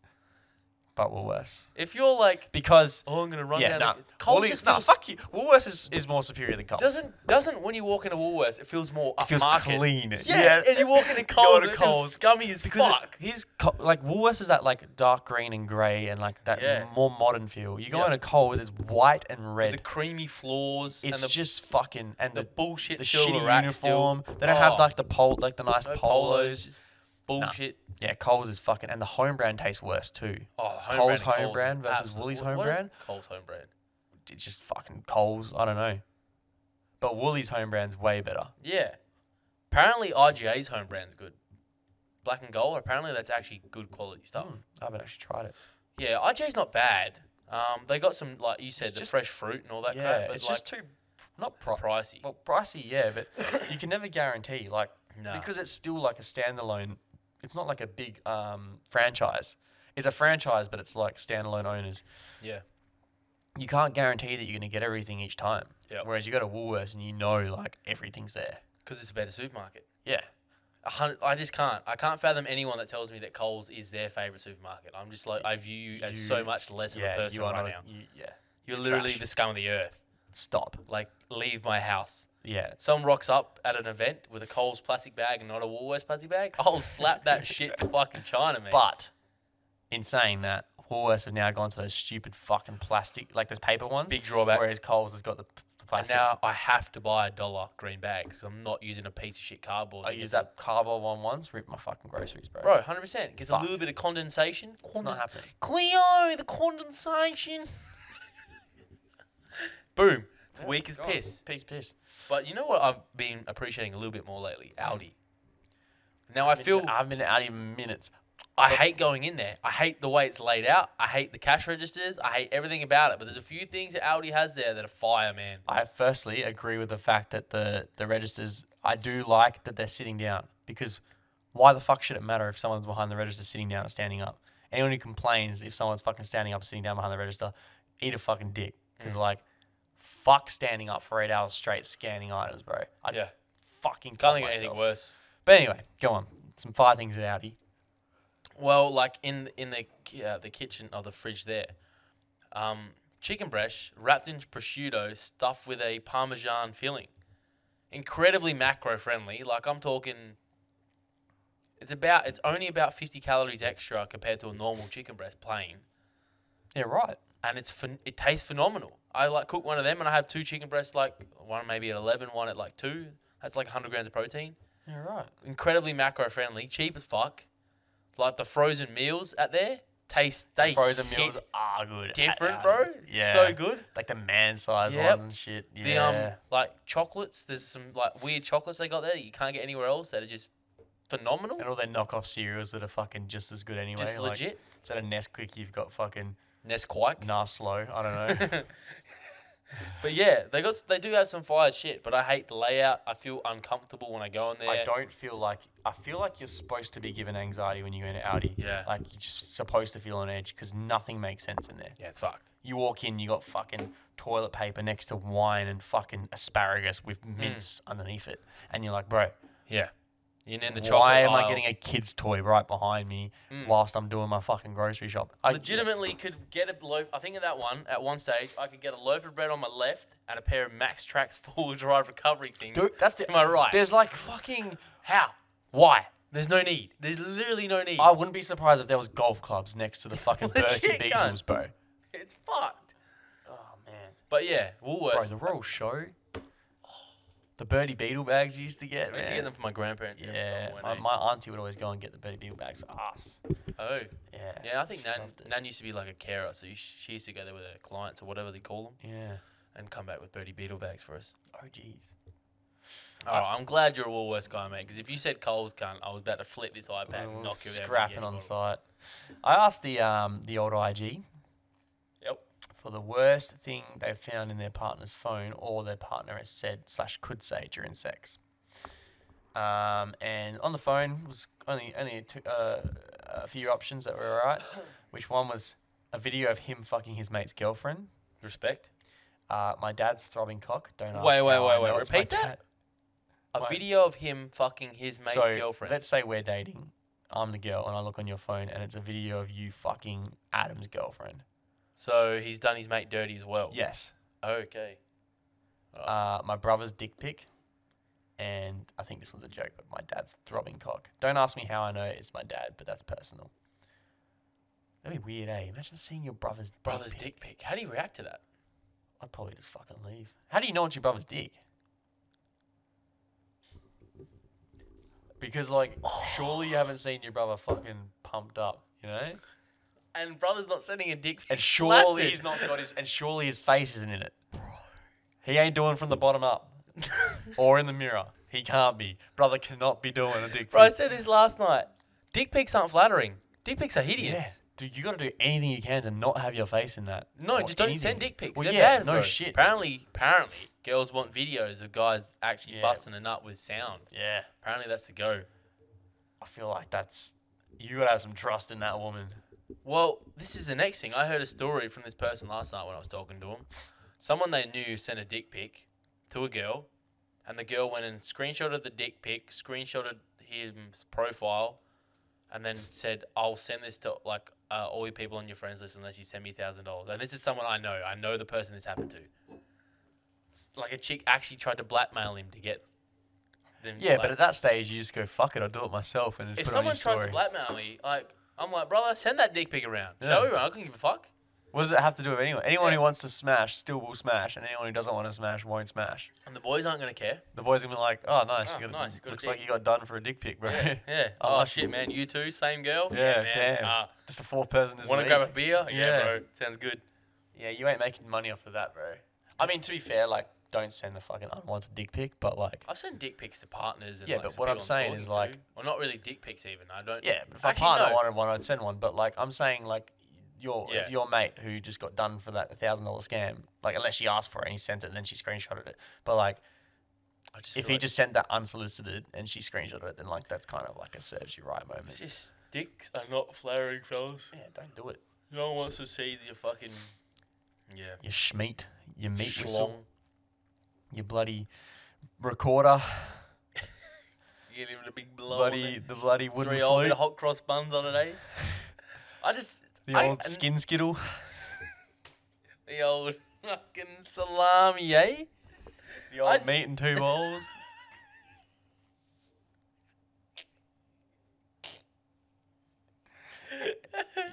Speaker 1: but Woolworths
Speaker 2: If you're like,
Speaker 1: because
Speaker 2: oh, I'm gonna run
Speaker 1: yeah,
Speaker 2: down.
Speaker 1: nah,
Speaker 2: the-" Coles
Speaker 1: Woolies-
Speaker 2: just
Speaker 1: nah,
Speaker 2: feels
Speaker 1: fuck you. Woolworths is, is more superior than Coles.
Speaker 2: doesn't doesn't when you walk into Woolworths, it feels more
Speaker 1: it feels
Speaker 2: upmarket.
Speaker 1: clean.
Speaker 2: Yeah, and you walk
Speaker 1: Go
Speaker 2: into
Speaker 1: to
Speaker 2: Coles, and it feels
Speaker 1: Coles.
Speaker 2: scummy as
Speaker 1: Because
Speaker 2: fuck.
Speaker 1: It, his co- like Woolworths is that like dark green and grey and like that
Speaker 2: Yeah.
Speaker 1: more modern feel. You go
Speaker 2: Yeah.
Speaker 1: into Coles, it's white and red.
Speaker 2: the creamy floors
Speaker 1: It's
Speaker 2: and the,
Speaker 1: just fucking and
Speaker 2: the
Speaker 1: the,
Speaker 2: bullshit
Speaker 1: the
Speaker 2: silver
Speaker 1: shitty
Speaker 2: rack
Speaker 1: uniform.
Speaker 2: Still.
Speaker 1: They don't have
Speaker 2: Oh,
Speaker 1: like the pol like the nice
Speaker 2: no
Speaker 1: polos.
Speaker 2: polos, just bullshit.
Speaker 1: Yeah, Coles is fucking and the home brand tastes worse too.
Speaker 2: Oh, home
Speaker 1: Coles
Speaker 2: brand,
Speaker 1: home
Speaker 2: Coles is
Speaker 1: brand versus
Speaker 2: absolute-
Speaker 1: Woolies
Speaker 2: what-
Speaker 1: home
Speaker 2: what is
Speaker 1: brand?
Speaker 2: Coles home brand.
Speaker 1: It's just fucking Coles. I don't know, but Woolies home brand's way better.
Speaker 2: Yeah. Apparently IGA's home brand's good. Black and gold, apparently that's actually good quality stuff.
Speaker 1: Hmm, I haven't actually tried it.
Speaker 2: Yeah, IGA's not bad. Um, they got some like you said,
Speaker 1: It's
Speaker 2: the
Speaker 1: just-
Speaker 2: fresh fruit and all that
Speaker 1: yeah,
Speaker 2: crap, but
Speaker 1: it's
Speaker 2: like
Speaker 1: just too not pro-
Speaker 2: pricey.
Speaker 1: well pricey. Yeah, but you can never guarantee like
Speaker 2: Nah.
Speaker 1: because it's still like a standalone. It's not like a big um, franchise. It's a franchise, but it's like standalone owners.
Speaker 2: yeah.
Speaker 1: you can't guarantee that you're going to get everything each time.
Speaker 2: Yep.
Speaker 1: Whereas you go to Woolworths and you know like everything's there.
Speaker 2: Because it's a better supermarket.
Speaker 1: Yeah.
Speaker 2: A hun- I just can't. I can't fathom anyone that tells me that Coles is their favorite supermarket. I'm just like, I view you as so
Speaker 1: You-
Speaker 2: much less of a
Speaker 1: yeah.
Speaker 2: person
Speaker 1: You are
Speaker 2: right
Speaker 1: not.
Speaker 2: now.
Speaker 1: You, yeah.
Speaker 2: You're literally
Speaker 1: trash.
Speaker 2: the scum of the earth.
Speaker 1: Stop.
Speaker 2: Like, leave my house.
Speaker 1: Yeah.
Speaker 2: Some rocks up at an event with a Coles plastic bag and not a Woolworths plastic bag. I'll slap that shit to fucking China, man.
Speaker 1: But in saying that, Woolworths have now gone to those stupid fucking plastic, like those paper ones.
Speaker 2: Big drawback.
Speaker 1: Whereas Coles has got the, p- the
Speaker 2: and
Speaker 1: plastic.
Speaker 2: now I have to buy a dollar green bag because I'm not using a piece of shit cardboard.
Speaker 1: I
Speaker 2: get
Speaker 1: used
Speaker 2: the-
Speaker 1: that cardboard one once, ripped my fucking groceries, bro.
Speaker 2: Bro, 100%. Gets
Speaker 1: Fuck.
Speaker 2: a little bit of condensation.
Speaker 1: It's not
Speaker 2: Conden-
Speaker 1: happening.
Speaker 2: Cleo, the condensation. Boom. It's weak as
Speaker 1: God,
Speaker 2: piss.
Speaker 1: Piss, piss.
Speaker 2: But you know what I've been appreciating a little bit more lately? Aldi. Now I
Speaker 1: Been to-
Speaker 2: feel
Speaker 1: I haven't been out in minutes.
Speaker 2: I hate going in there. I hate the way it's laid out. I hate the cash registers. I hate everything about it. But there's a few things that Aldi has there that are fire, man.
Speaker 1: I firstly agree with the fact that the the registers. I do like that they're sitting down because why the fuck should it matter if someone's behind the register sitting down or standing up? Anyone who complains if someone's fucking standing up or sitting down behind the register, eat a fucking dick.
Speaker 2: Mm.
Speaker 1: Because like, fuck standing up for eight hours straight scanning items, bro. I
Speaker 2: Yeah.
Speaker 1: fucking
Speaker 2: Can't
Speaker 1: can't
Speaker 2: think of anything worse.
Speaker 1: But anyway, go on. Some fire things at Audi.
Speaker 2: Well, like in in the ki- uh, the kitchen or the fridge there, um, chicken breast wrapped in prosciutto, stuffed with a parmesan filling. Incredibly macro friendly. Like I'm talking, it's about it's only about 50 calories extra compared to a normal chicken breast plain.
Speaker 1: Yeah, right.
Speaker 2: and it's phen it tastes phenomenal. I like cook one of them and I have two chicken breasts, like one maybe at eleven, one at like two. That's like hundred grams of protein.
Speaker 1: Yeah, right.
Speaker 2: Incredibly macro friendly, cheap as fuck. Like the frozen meals out there taste they
Speaker 1: Frozen
Speaker 2: hit
Speaker 1: meals are good.
Speaker 2: different,
Speaker 1: Uh,
Speaker 2: bro.
Speaker 1: Yeah.
Speaker 2: so good.
Speaker 1: Like the man size
Speaker 2: Yep.
Speaker 1: one and shit. Yeah.
Speaker 2: The um like chocolates, there's some like weird chocolates they got there that you can't get anywhere else that are just phenomenal.
Speaker 1: and all their knockoff cereals that are fucking just as good anyway.
Speaker 2: Just
Speaker 1: like,
Speaker 2: legit.
Speaker 1: Instead of Nesquik, you've got fucking
Speaker 2: Nesquik.
Speaker 1: Narslo. I don't know.
Speaker 2: But yeah, they got s- they do have some fired shit, but I hate the layout. I feel uncomfortable when I go in there.
Speaker 1: I don't feel like I feel like you're supposed to be given anxiety when you go into Audi.
Speaker 2: Yeah.
Speaker 1: Like you're just supposed to feel on edge because nothing makes sense in there.
Speaker 2: Yeah, it's fucked.
Speaker 1: You walk in, you got fucking toilet paper next to wine and fucking asparagus with
Speaker 2: Mm.
Speaker 1: mince underneath it, and you're like, bro,
Speaker 2: Yeah. And then the chocolate.
Speaker 1: why am I
Speaker 2: aisle. Mm.
Speaker 1: getting a kid's toy right behind me whilst I'm doing my fucking grocery shop? I,
Speaker 2: legitimately could get a loaf. I think at that one, at one stage, I could get a loaf of bread on my left and a pair of Max Trax four wheel drive recovery things.
Speaker 1: Dude, that's the-
Speaker 2: to my right.
Speaker 1: There's like fucking
Speaker 2: How?
Speaker 1: why?
Speaker 2: There's no need. There's literally no need.
Speaker 1: I wouldn't be surprised if there was golf clubs next to the fucking Bertie
Speaker 2: Legit,
Speaker 1: Beagles, bro.
Speaker 2: it's fucked.
Speaker 1: Oh man.
Speaker 2: But yeah,
Speaker 1: Bro,
Speaker 2: Woolworths.
Speaker 1: the Royal Show. The Birdie Beetle bags you used to get.
Speaker 2: I used to
Speaker 1: man.
Speaker 2: get them from my grandparents. every
Speaker 1: Yeah,
Speaker 2: time I
Speaker 1: my,
Speaker 2: went,
Speaker 1: my auntie would always go and get the Birdie Beetle bags for us.
Speaker 2: eh? Oh,
Speaker 1: Yeah.
Speaker 2: yeah. I think
Speaker 1: She
Speaker 2: Nan,
Speaker 1: loved it.
Speaker 2: Nan used to be like a carer, so you- she used to go there with her clients or whatever they call them,
Speaker 1: Yeah.
Speaker 2: and come back with birdie beetle bags for us.
Speaker 1: Oh jeez.
Speaker 2: Oh, I'm glad you're a Woolworths guy, mate. Because if you said Coles cunt, I was about to flip this iPad and
Speaker 1: We're
Speaker 2: knock you out.
Speaker 1: Mm, Scrapping on site. I asked the um the old IG
Speaker 2: Yep.
Speaker 1: for the worst thing they've found in their partner's phone or their partner has said slash could say during sex. Um, and on the phone was only only a, two, uh, a few options that were alright, which one was a video of him fucking his mate's girlfriend.
Speaker 2: Respect.
Speaker 1: Uh, my dad's throbbing cock. Don't ask.
Speaker 2: Wait, wait,
Speaker 1: how I
Speaker 2: wait, wait,
Speaker 1: know it's my
Speaker 2: repeat that?
Speaker 1: dad.
Speaker 2: A
Speaker 1: Why?
Speaker 2: video of him fucking his mate's
Speaker 1: so
Speaker 2: girlfriend.
Speaker 1: let's say we're dating. I'm the girl, and I look on your phone, and it's a video of you fucking Adam's girlfriend.
Speaker 2: so he's done his mate dirty as well.
Speaker 1: Yes.
Speaker 2: Okay.
Speaker 1: Uh, my brother's dick pic, and I think this one's a joke, but my dad's throbbing cock. Don't ask me how I know it's my dad, but that's personal. That'd be weird, eh? Imagine seeing your brother's
Speaker 2: Brother's
Speaker 1: dick. pic.
Speaker 2: dick pic. How do you react to that?
Speaker 1: I'd probably just fucking leave. How do you know it's your brother's dick? Because like, surely you haven't seen your brother fucking pumped up, you know?
Speaker 2: And brother's not sending a dick pic.
Speaker 1: And surely
Speaker 2: Flaccid.
Speaker 1: he's not got his, and surely his face isn't in it. He ain't doing from the bottom up, or in the mirror. He can't be. Brother cannot be doing a dick.
Speaker 2: Bro, I
Speaker 1: pic.
Speaker 2: said this last night. Dick pics aren't flattering. Dick pics are hideous.
Speaker 1: Dude, you got to do anything you can to not have your face in that.
Speaker 2: No,
Speaker 1: or
Speaker 2: just don't
Speaker 1: anything.
Speaker 2: send dick pics.
Speaker 1: Well,
Speaker 2: They're
Speaker 1: yeah,
Speaker 2: bad,
Speaker 1: no
Speaker 2: bro.
Speaker 1: shit.
Speaker 2: Apparently, apparently, girls want videos of guys actually
Speaker 1: Yeah.
Speaker 2: busting a nut with sound.
Speaker 1: Yeah,
Speaker 2: Apparently, that's the go.
Speaker 1: I feel like that's you gotta have some trust in that woman.
Speaker 2: Well, this is the next thing. I heard a story from this person last night when I was talking to him. Someone they knew sent a dick pic to a girl, and the girl went and screenshotted the dick pic, screenshotted his profile, and then said, "I'll send this to like uh, all your people on your friends list unless you send me thousand dollars." And this is someone I know. I know the person this happened to. S- Like a chick actually tried to blackmail him to get. Them,
Speaker 1: Yeah,
Speaker 2: like-
Speaker 1: but at that stage, you just go fuck it. I'll do it myself and just
Speaker 2: if
Speaker 1: put it on your
Speaker 2: someone
Speaker 1: story.
Speaker 2: tries to blackmail me, like I'm like, brother, send that dick pic around.
Speaker 1: Yeah.
Speaker 2: Show everyone. I couldn't give a fuck.
Speaker 1: what does it have to do with anyone? Anyone
Speaker 2: Yeah.
Speaker 1: who wants to smash still will smash, and anyone who doesn't want to smash won't smash.
Speaker 2: And the boys aren't gonna care.
Speaker 1: The boys gonna be like, "Oh, nice,
Speaker 2: Oh,
Speaker 1: you got
Speaker 2: nice,
Speaker 1: nice.
Speaker 2: got a
Speaker 1: looks
Speaker 2: dick."
Speaker 1: like you got done for a dick pic, bro."
Speaker 2: Yeah. yeah.
Speaker 1: I
Speaker 2: Oh
Speaker 1: like-
Speaker 2: shit, man. You too. Same girl.
Speaker 1: Yeah,
Speaker 2: man.
Speaker 1: damn.
Speaker 2: Ah,
Speaker 1: Just the fourth person this
Speaker 2: Want to
Speaker 1: week.
Speaker 2: grab a beer? Yeah,
Speaker 1: Yeah.
Speaker 2: bro. Sounds good.
Speaker 1: Yeah, you ain't making money off of that, bro. I mean, to be fair, like, don't send the fucking unwanted dick pic, but like,
Speaker 2: I've sent dick pics to partners. And
Speaker 1: Yeah,
Speaker 2: like,
Speaker 1: but
Speaker 2: some
Speaker 1: what I'm
Speaker 2: people
Speaker 1: saying
Speaker 2: talking
Speaker 1: is, like-
Speaker 2: to. well, not really dick pics even. I don't.
Speaker 1: yeah, if my
Speaker 2: Actually,
Speaker 1: partner
Speaker 2: no.
Speaker 1: wanted one, I'd send one. But like, I'm saying like, your
Speaker 2: Yeah.
Speaker 1: if your mate who just got done for that thousand dollar scam, like, unless she asked for it and he sent it and then she screenshotted it, but like,
Speaker 2: I just
Speaker 1: if
Speaker 2: feel
Speaker 1: he
Speaker 2: like
Speaker 1: just sent that unsolicited and she screenshotted it, then like, that's kind of like a serves you right moment.
Speaker 2: it's just dicks are not flattering, fellas.
Speaker 1: yeah, don't do it.
Speaker 2: No one wants to see your fucking. Yeah.
Speaker 1: You schmeat, you meat whistle,
Speaker 2: Schlong.
Speaker 1: you bloody recorder,
Speaker 2: You give it a big blow. on
Speaker 1: bloody
Speaker 2: it.
Speaker 1: the bloody wooden
Speaker 2: three old bit
Speaker 1: flute,
Speaker 2: of hot cross buns on it, eh? I just
Speaker 1: the
Speaker 2: I-
Speaker 1: old
Speaker 2: and
Speaker 1: skin skittle.
Speaker 2: the old fucking salami, eh?
Speaker 1: The
Speaker 2: I
Speaker 1: old
Speaker 2: just-
Speaker 1: meat and two balls.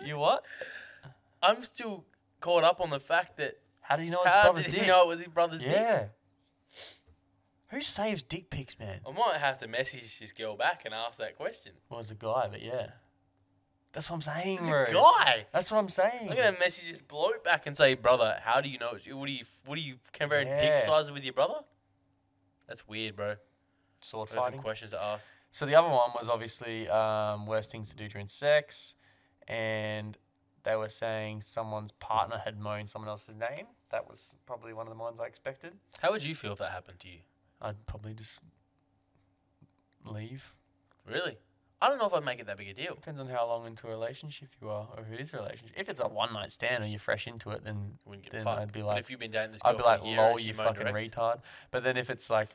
Speaker 1: you what?
Speaker 2: I'm still caught up on the fact that
Speaker 1: How do you know it's
Speaker 2: how
Speaker 1: brother's
Speaker 2: did
Speaker 1: dick?
Speaker 2: he know it was his brother's dick?
Speaker 1: yeah. Who saves dick pics, man?
Speaker 2: I might have to message this girl back and ask that question.
Speaker 1: Well, it's a guy, but yeah. That's what I'm saying,
Speaker 2: It's
Speaker 1: bro.
Speaker 2: a guy.
Speaker 1: That's what I'm saying.
Speaker 2: I'm gonna message this bloke back and say, brother, how do you know? it's- What do you? What do you compare
Speaker 1: Yeah.
Speaker 2: dick sizes with your brother? That's weird, bro.
Speaker 1: Sword
Speaker 2: There's some
Speaker 1: fighting.
Speaker 2: questions to ask.
Speaker 1: So the other one was obviously um, worst things to do during sex, and they were saying someone's partner had moaned someone else's name. That was probably one of the ones I expected.
Speaker 2: How would you feel if that happened to you?
Speaker 1: I'd probably just leave.
Speaker 2: Really? I don't know if I'd make it that big a deal.
Speaker 1: Depends on how long into a relationship you are, or if it is a relationship. If it's a one night stand or you're fresh into it, then
Speaker 2: You wouldn't give
Speaker 1: Then
Speaker 2: a fuck.
Speaker 1: I'd be
Speaker 2: but
Speaker 1: like-
Speaker 2: if you've been dating this girl
Speaker 1: I'd be
Speaker 2: for
Speaker 1: like,
Speaker 2: a year,
Speaker 1: lol,
Speaker 2: and she
Speaker 1: you
Speaker 2: moaned
Speaker 1: fucking
Speaker 2: her ex,
Speaker 1: retard. But then if it's like,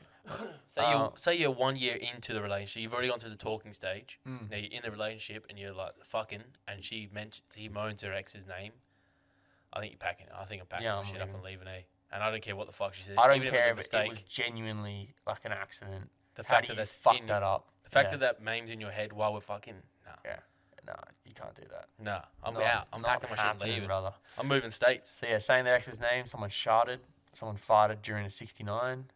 Speaker 2: Say you're
Speaker 1: Uh,
Speaker 2: say you're one year into the relationship, you've already gone through the talking stage.
Speaker 1: Mm.
Speaker 2: Now you're in the relationship and you're like fucking, and she mentions he moans her ex's name. I think you're packing. I think I'm packing
Speaker 1: Yeah,
Speaker 2: my
Speaker 1: I'm
Speaker 2: shit
Speaker 1: leaving.
Speaker 2: up and leaving. Eh? And I don't care what the fuck she said.
Speaker 1: I don't
Speaker 2: even
Speaker 1: care
Speaker 2: if
Speaker 1: if,
Speaker 2: it was a
Speaker 1: it
Speaker 2: mistake.
Speaker 1: was genuinely like an accident.
Speaker 2: the
Speaker 1: How
Speaker 2: fact
Speaker 1: do
Speaker 2: that
Speaker 1: you
Speaker 2: that's
Speaker 1: fuck
Speaker 2: in,
Speaker 1: that up.
Speaker 2: the fact
Speaker 1: Yeah.
Speaker 2: that that meme's in your head while we're fucking. Nah,
Speaker 1: No, you can't do that.
Speaker 2: nah. I'm
Speaker 1: Not-
Speaker 2: out. I'm
Speaker 1: not
Speaker 2: packing my shit and
Speaker 1: happening,
Speaker 2: leaving.
Speaker 1: brother.
Speaker 2: I'm moving states.
Speaker 1: So yeah, saying their ex's name, someone sharded, someone farted during a 69.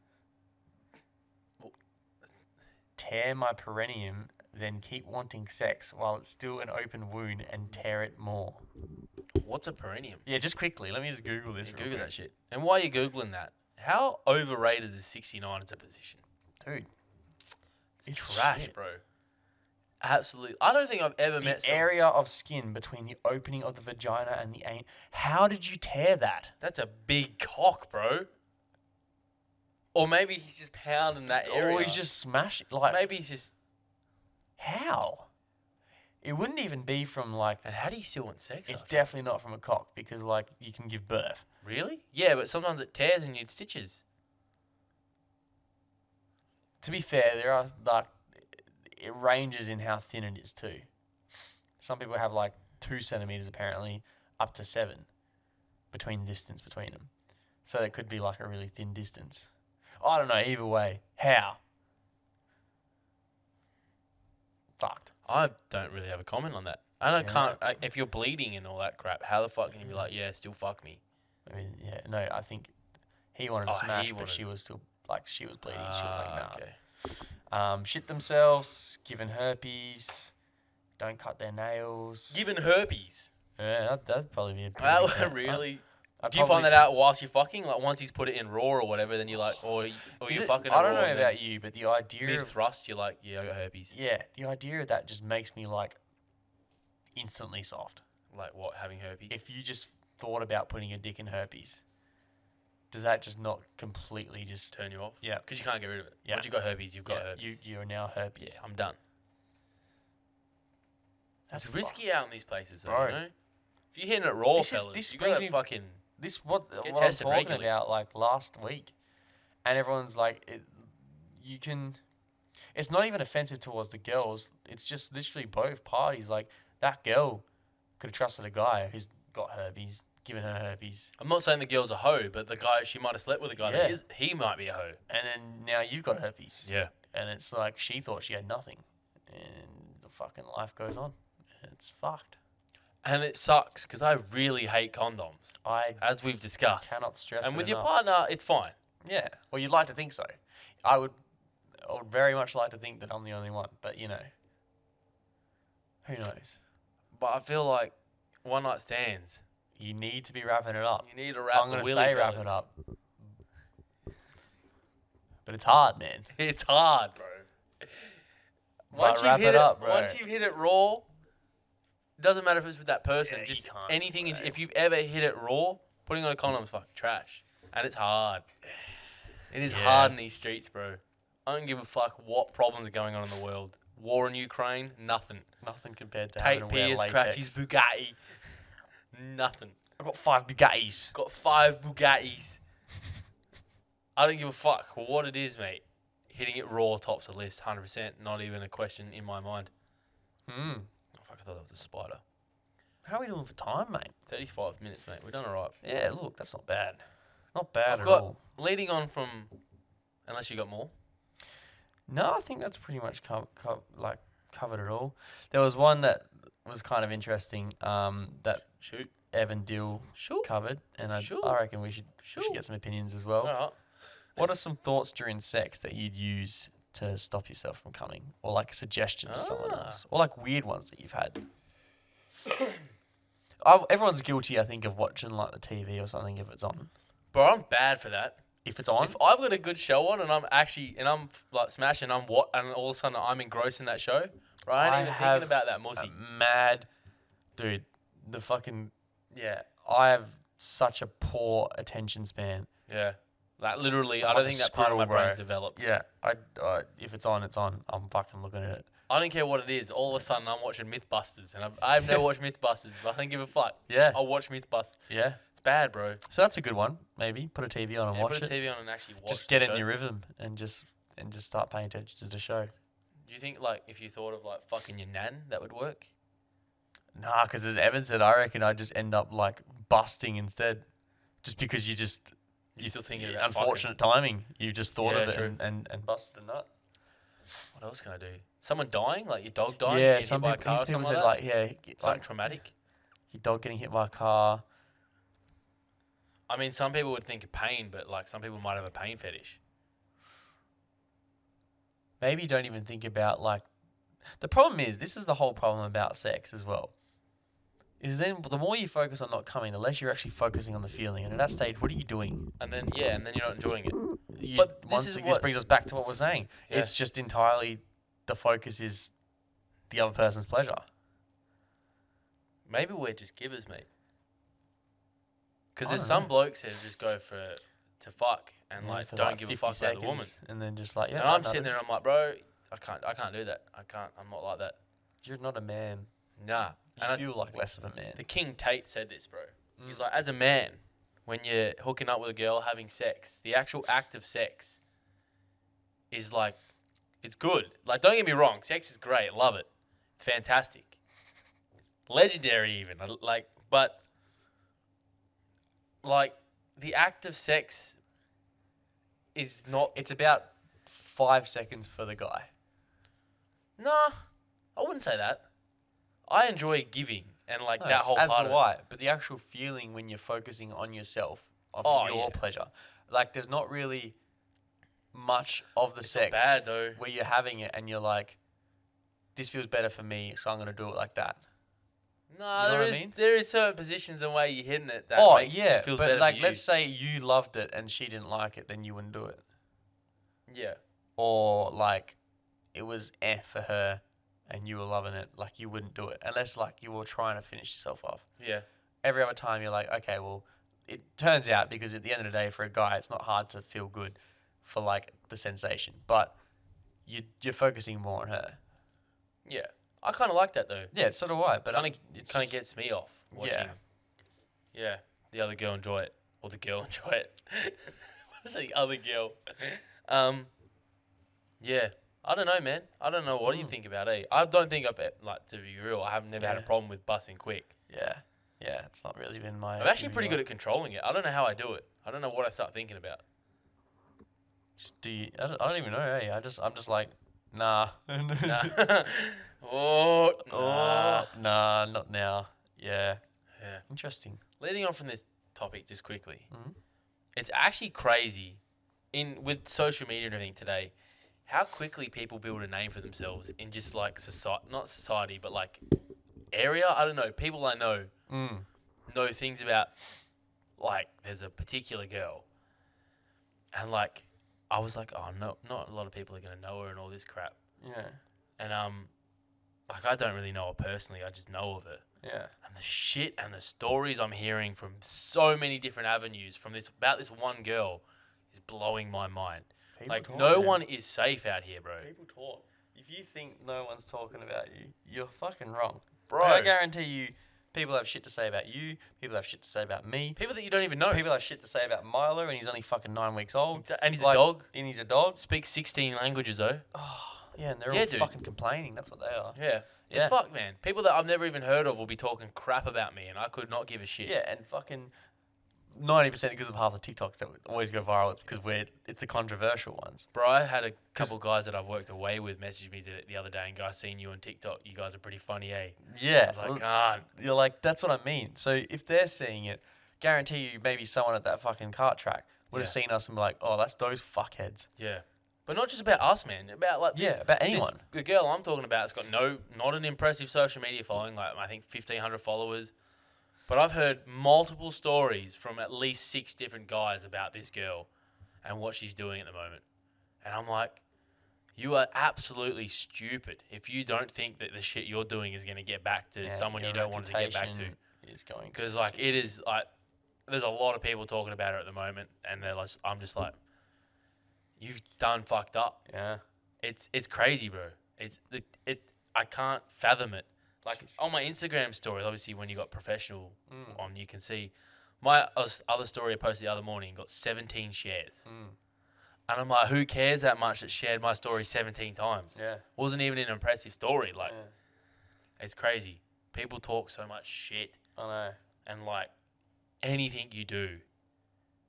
Speaker 1: Tear my perineum, then keep wanting sex while it's still an open wound and tear it more.
Speaker 2: What's a perineum?
Speaker 1: Yeah, just quickly. Let me just Google this.
Speaker 2: You
Speaker 1: real
Speaker 2: Google
Speaker 1: quick.
Speaker 2: that shit. And while you're googling that, how overrated is 69 as a position?
Speaker 1: dude.
Speaker 2: It's,
Speaker 1: It's
Speaker 2: trash,
Speaker 1: shit.
Speaker 2: bro. Absolutely. I don't think I've ever met
Speaker 1: The
Speaker 2: some-
Speaker 1: area of skin between the opening of the vagina and the anus. How did you tear that?
Speaker 2: That's a big cock, bro. Or maybe he's just pounding that area.
Speaker 1: Or Oh, he's just smashing. Like
Speaker 2: maybe he's just.
Speaker 1: how? It wouldn't even be from like.
Speaker 2: And how do you still want sex?
Speaker 1: It's
Speaker 2: after?
Speaker 1: definitely not from a cock because like you can give birth.
Speaker 2: really? Yeah, but sometimes it tears and you need stitches.
Speaker 1: to be fair, there are like it ranges in how thin it is too. Some people have like two centimeters apparently, up to seven, between distance between them. So that could be like a really thin distance. I don't know. Either way, how? Fucked.
Speaker 2: I don't really have a comment on that. And I
Speaker 1: Yeah.
Speaker 2: can't. I, if you're bleeding and all that crap, how the fuck can you be like, yeah, still fuck me?
Speaker 1: I mean, yeah. No, I think he wanted
Speaker 2: Oh,
Speaker 1: to
Speaker 2: he
Speaker 1: smash, but
Speaker 2: wanted-
Speaker 1: she was still like she was bleeding. she was like,
Speaker 2: Ah,
Speaker 1: nah.
Speaker 2: okay.
Speaker 1: Um, shit themselves, given herpes, don't cut their nails.
Speaker 2: Given herpes.
Speaker 1: Yeah, that, that'd probably be a pretty
Speaker 2: That
Speaker 1: good
Speaker 2: would
Speaker 1: bet.
Speaker 2: really.
Speaker 1: I- I'd
Speaker 2: Do you
Speaker 1: probably-
Speaker 2: find that out whilst you're fucking? Like once he's put it in raw or whatever, then you're like, or y- or
Speaker 1: Is
Speaker 2: you're
Speaker 1: it-
Speaker 2: fucking.
Speaker 1: I don't know
Speaker 2: about
Speaker 1: about you, but the idea
Speaker 2: you.
Speaker 1: of
Speaker 2: thrust. You're like, yeah, I got herpes.
Speaker 1: yeah, the idea of that just makes me like instantly soft.
Speaker 2: Like what? Having herpes.
Speaker 1: If you just thought about putting your dick in herpes, does that just not completely just
Speaker 2: turn you off.
Speaker 1: Yeah.
Speaker 2: Because you can't get rid of it.
Speaker 1: Yeah.
Speaker 2: Once you got herpes, you've got
Speaker 1: yeah, you
Speaker 2: herpes.
Speaker 1: you are now herpes?
Speaker 2: yeah, I'm done.
Speaker 1: That's
Speaker 2: it's
Speaker 1: fuck-
Speaker 2: risky out in these places, though,
Speaker 1: Bro.
Speaker 2: you know? If you're hitting it raw,
Speaker 1: This is-
Speaker 2: fellas,
Speaker 1: this
Speaker 2: you
Speaker 1: brings
Speaker 2: gotta
Speaker 1: me-
Speaker 2: fucking.
Speaker 1: This what what I'm
Speaker 2: tested
Speaker 1: talking
Speaker 2: regularly.
Speaker 1: about like last week, and everyone's like, it, you can. It's not even offensive towards the girls. It's just literally both parties. Like that girl could have trusted a guy who's got herpes, given her herpes,
Speaker 2: I'm not saying the girl's a hoe, but the guy she might have slept with a guy that
Speaker 1: Yeah.
Speaker 2: is, he might be a hoe.
Speaker 1: and then now you've got herpes.
Speaker 2: Yeah.
Speaker 1: And it's like she thought she had nothing, and the fucking life goes on. It's fucked.
Speaker 2: And it sucks because I really hate condoms,
Speaker 1: I
Speaker 2: as we've discussed.
Speaker 1: cannot stress.
Speaker 2: and
Speaker 1: it
Speaker 2: with your
Speaker 1: enough.
Speaker 2: partner, it's fine.
Speaker 1: Yeah. Well, you'd like to think so. I would. I would very much like to think that I'm the only one, but you know. Who knows?
Speaker 2: But I feel like one night stands.
Speaker 1: You need to be wrapping it up.
Speaker 2: You need to wrap
Speaker 1: I'm
Speaker 2: the
Speaker 1: gonna
Speaker 2: willy,
Speaker 1: say wrap it
Speaker 2: fellas.
Speaker 1: up. But it's hard, man.
Speaker 2: It's hard, bro.
Speaker 1: But
Speaker 2: Once
Speaker 1: wrap
Speaker 2: you've hit
Speaker 1: it up, bro.
Speaker 2: Once you've hit it raw, doesn't matter if it's with that person.
Speaker 1: Yeah, you
Speaker 2: just
Speaker 1: can't,
Speaker 2: anything. in-
Speaker 1: bro.
Speaker 2: If you've ever hit it raw, putting on a condom's fucking trash, and it's hard. It is
Speaker 1: Yeah.
Speaker 2: hard in these streets, bro. I don't give a fuck what problems are going on in the world. War in Ukraine, nothing.
Speaker 1: Nothing compared to
Speaker 2: Tate
Speaker 1: having to wear
Speaker 2: Pierce crashed his
Speaker 1: latex.
Speaker 2: Bugatti, nothing.
Speaker 1: I've got five Bugattis.
Speaker 2: Got five Bugattis. I don't give a fuck what it is, mate. Hitting it raw tops the list, hundred percent. Not even a question in my mind.
Speaker 1: Hmm.
Speaker 2: Oh, fuck, I thought that was a spider.
Speaker 1: How are we doing for time, mate?
Speaker 2: Thirty-five minutes, mate. We've done all right.
Speaker 1: Yeah, look, that's not bad. Not bad
Speaker 2: I've
Speaker 1: at
Speaker 2: got
Speaker 1: all.
Speaker 2: leading on from, unless you got more.
Speaker 1: No, I think that's pretty much co- co- like covered it all. There was one that was kind of interesting. Um, that
Speaker 2: Shoot.
Speaker 1: Evan Dill
Speaker 2: Sure.
Speaker 1: covered, and I,
Speaker 2: Sure.
Speaker 1: I reckon we should, we
Speaker 2: Sure.
Speaker 1: should get some opinions as well.
Speaker 2: All right.
Speaker 1: What are some thoughts during sex that you'd use to stop yourself from coming, or like a suggestion to someone
Speaker 2: Ah.
Speaker 1: else, or like weird ones that you've had? I, everyone's guilty, I think, of watching like the TV or something if it's on.
Speaker 2: Bro, I'm bad for that.
Speaker 1: If it's on,
Speaker 2: If I've got a good show on and I'm actually and I'm like smashing, I'm what and all of a sudden I'm engrossed in that show. Right, I ain't
Speaker 1: I
Speaker 2: even
Speaker 1: have
Speaker 2: thinking about that
Speaker 1: a
Speaker 2: mussy.
Speaker 1: mad dude. The fucking yeah, I have such a poor attention span.
Speaker 2: yeah, like literally, I
Speaker 1: Like
Speaker 2: don't
Speaker 1: a
Speaker 2: think that part of
Speaker 1: squirrel,
Speaker 2: my
Speaker 1: bro.
Speaker 2: brain's developed.
Speaker 1: Yeah, I uh, if it's on, it's on. I'm fucking looking at it.
Speaker 2: I don't care what it is. All of a sudden, I'm watching MythBusters, and I've, I've never watched MythBusters, but I don't give a fuck.
Speaker 1: Yeah,
Speaker 2: I'll watch MythBusters.
Speaker 1: yeah.
Speaker 2: It's bad, bro.
Speaker 1: So that's a good one. Maybe put a TV on and
Speaker 2: Yeah,
Speaker 1: watch
Speaker 2: put a
Speaker 1: it.
Speaker 2: TV on and actually watch.
Speaker 1: just get
Speaker 2: the
Speaker 1: it in
Speaker 2: show.
Speaker 1: your rhythm and just and just start paying attention to the show.
Speaker 2: Do you think like if you thought of like fucking your nan, that would work?
Speaker 1: Nah, because as Evan said, I reckon I just end up like busting instead, just because you just
Speaker 2: You're
Speaker 1: you
Speaker 2: still
Speaker 1: th-
Speaker 2: thinking
Speaker 1: you-
Speaker 2: about fucking.
Speaker 1: unfortunate timing. You just thought
Speaker 2: Yeah,
Speaker 1: of it
Speaker 2: true.
Speaker 1: and, and and busted a nut.
Speaker 2: What else can I do? Someone dying, like your dog dying,
Speaker 1: yeah,
Speaker 2: getting hit
Speaker 1: some
Speaker 2: by
Speaker 1: people,
Speaker 2: a car or
Speaker 1: people
Speaker 2: something
Speaker 1: said
Speaker 2: like,
Speaker 1: like, yeah,
Speaker 2: that.
Speaker 1: it's
Speaker 2: Something
Speaker 1: like
Speaker 2: traumatic.
Speaker 1: your dog getting hit by a car.
Speaker 2: I mean, some people would think of pain, but like some people might have a pain fetish.
Speaker 1: Maybe you don't even think about like the problem is this is the whole problem about sex as well. Is then the more you focus on not coming, the less you're actually focusing on the feeling. And at that stage, what are you doing?
Speaker 2: And then yeah, and then you're not enjoying it.
Speaker 1: you,
Speaker 2: But this
Speaker 1: once
Speaker 2: is
Speaker 1: this
Speaker 2: what-
Speaker 1: brings us back to what we're saying.
Speaker 2: Yeah.
Speaker 1: It's just entirely the focus is the other person's pleasure.
Speaker 2: Maybe we're just givers, mate. Because
Speaker 1: I
Speaker 2: there's
Speaker 1: don't know.
Speaker 2: some blokes that just go for to fuck and
Speaker 1: you know,
Speaker 2: like
Speaker 1: for,
Speaker 2: don't give a
Speaker 1: 50
Speaker 2: fuck about the woman.
Speaker 1: seconds, And then just like, yeah,
Speaker 2: and
Speaker 1: I
Speaker 2: I'm
Speaker 1: done
Speaker 2: sitting
Speaker 1: it.
Speaker 2: there, and I'm like, bro, I can't, I can't do that. I can't. I'm not like that.
Speaker 1: You're not a man.
Speaker 2: Nah.
Speaker 1: You
Speaker 2: And I,
Speaker 1: feel like less of a man.
Speaker 2: The King Tate said this, bro.
Speaker 1: Mm.
Speaker 2: He's like, as a man, when you're hooking up with a girl, having sex, the actual act of sex is like, it's good. Like, don't get me wrong, sex is great. Love it. It's fantastic. Legendary, even. I l- Like, but, like, the act of sex is not.
Speaker 1: It's about five seconds for the guy.
Speaker 2: Nah, I wouldn't say that. I enjoy giving and, like, that whole
Speaker 1: as
Speaker 2: part
Speaker 1: the
Speaker 2: of it.
Speaker 1: why, but the actual feeling when you're focusing on yourself of
Speaker 2: Oh,
Speaker 1: your
Speaker 2: yeah.
Speaker 1: pleasure, like there's not really much of the sex
Speaker 2: Bad, though.
Speaker 1: where you're having it and you're like, this feels better for me, so I'm gonna do it like that.
Speaker 2: No,
Speaker 1: know
Speaker 2: there
Speaker 1: what I
Speaker 2: is
Speaker 1: mean?
Speaker 2: there is certain positions and way you're hitting it that
Speaker 1: oh
Speaker 2: makes
Speaker 1: yeah,
Speaker 2: it feels better
Speaker 1: but
Speaker 2: for
Speaker 1: like
Speaker 2: you.
Speaker 1: let's say you loved it and she didn't like it, then you wouldn't do it.
Speaker 2: yeah
Speaker 1: Or like it was eh for her and you were loving it, like you wouldn't do it unless like you were trying to finish yourself off.
Speaker 2: yeah
Speaker 1: Every other time you're like, okay, well, it turns out because at the end of the day, for a guy, it's not hard to feel good for like the sensation, but you you're focusing more on her.
Speaker 2: yeah. I kind of like that though.
Speaker 1: Yeah, so do I. But
Speaker 2: But kind of
Speaker 1: it's
Speaker 2: kind of
Speaker 1: just-
Speaker 2: gets me off watching.
Speaker 1: Yeah.
Speaker 2: yeah. The other girl enjoy it, or the girl enjoy it. What's the other girl? Um, yeah. I don't know, man. I don't know. What do you think about it? I don't think I've e- like to be real. I have never had a
Speaker 1: Hmm. Yeah.
Speaker 2: problem with busting quick.
Speaker 1: yeah, yeah. It's not really been my.
Speaker 2: I'm actually pretty good at controlling it. I don't know how I do it. I don't know what I start thinking about.
Speaker 1: Just do you, I, don't, I don't even know. Hey, I just I'm just like nah, nah,
Speaker 2: Nah. oh, nah.
Speaker 1: oh, nah, not now. Yeah,
Speaker 2: Yeah.
Speaker 1: interesting.
Speaker 2: leading on from this topic just quickly,
Speaker 1: Mhm.
Speaker 2: it's actually crazy in with social media and everything today, how quickly people build a name for themselves in just like society, not society, but like area. I don't know. People I know
Speaker 1: Mm.
Speaker 2: know things about, like there's a particular girl, and like I was like, oh no, not a lot of people are gonna know her and all this crap,
Speaker 1: Yeah,
Speaker 2: and um, like I don't really know her personally. I just know of her
Speaker 1: yeah,
Speaker 2: and the shit and the stories I'm hearing from so many different avenues from this about this one girl is blowing my mind.
Speaker 1: People
Speaker 2: like
Speaker 1: talk,
Speaker 2: no
Speaker 1: man.
Speaker 2: one is safe out here, bro.
Speaker 1: people talk. If you think no one's talking about you, you're fucking wrong,
Speaker 2: Bro.
Speaker 1: I guarantee you, people have shit to say about you. People have shit to say about me.
Speaker 2: People that you don't even know.
Speaker 1: People have shit to say about Milo, and he's only fucking nine weeks old.
Speaker 2: Exa- and he's a
Speaker 1: Like,
Speaker 2: dog.
Speaker 1: And he's a dog.
Speaker 2: Speak 16 languages though.
Speaker 1: Yeah, and they're
Speaker 2: Yeah,
Speaker 1: all
Speaker 2: dude.
Speaker 1: fucking complaining. That's what they are.
Speaker 2: Yeah. It's
Speaker 1: Yeah.
Speaker 2: fucked, man. People that I've never even heard of will be talking crap about me and I could not give a shit.
Speaker 1: Yeah, and fucking ninety percent because of half the TikToks that would always go viral. It's because we're it's the controversial ones.
Speaker 2: Bro, I had a couple guys that I've worked away with message me the, the other day and go, I seen you on TikTok. You guys are pretty funny, eh? I
Speaker 1: Yeah,
Speaker 2: was like,
Speaker 1: well,
Speaker 2: can't.
Speaker 1: you're like that's what I mean. So if they're seeing it, guarantee you maybe someone at that fucking cart track would have
Speaker 2: Yeah.
Speaker 1: seen us and be like, oh, that's those fuckheads.
Speaker 2: Yeah. But not just about us, man. About like the-
Speaker 1: Yeah, about
Speaker 2: this-
Speaker 1: anyone.
Speaker 2: the girl I'm talking about has got no, not an impressive social media following. Like I think 1,500 followers. But I've heard multiple stories from at least six different guys about this girl and what she's doing at the moment. And I'm like, you are absolutely stupid if you don't think that the shit you're doing is going to get back to
Speaker 1: Yeah,
Speaker 2: someone you
Speaker 1: your
Speaker 2: don't want it to get back to.
Speaker 1: reputation Is going to
Speaker 2: Because like it is like there's a lot of people talking about her at the moment, and they're like, I'm just like, you've done fucked up.
Speaker 1: yeah.
Speaker 2: It's it's crazy, bro. It's it, it I can't fathom it. Like
Speaker 1: Jeez.
Speaker 2: on my Instagram stories, obviously when you got professional
Speaker 1: Mm.
Speaker 2: on, you can see my os- other story I posted the other morning got 17 shares,
Speaker 1: Mm.
Speaker 2: and I'm like, who cares that much that shared my story 17 times?
Speaker 1: Yeah.
Speaker 2: Wasn't even an impressive story. Like
Speaker 1: yeah.
Speaker 2: it's crazy. People talk so much shit.
Speaker 1: I know.
Speaker 2: and like anything you do,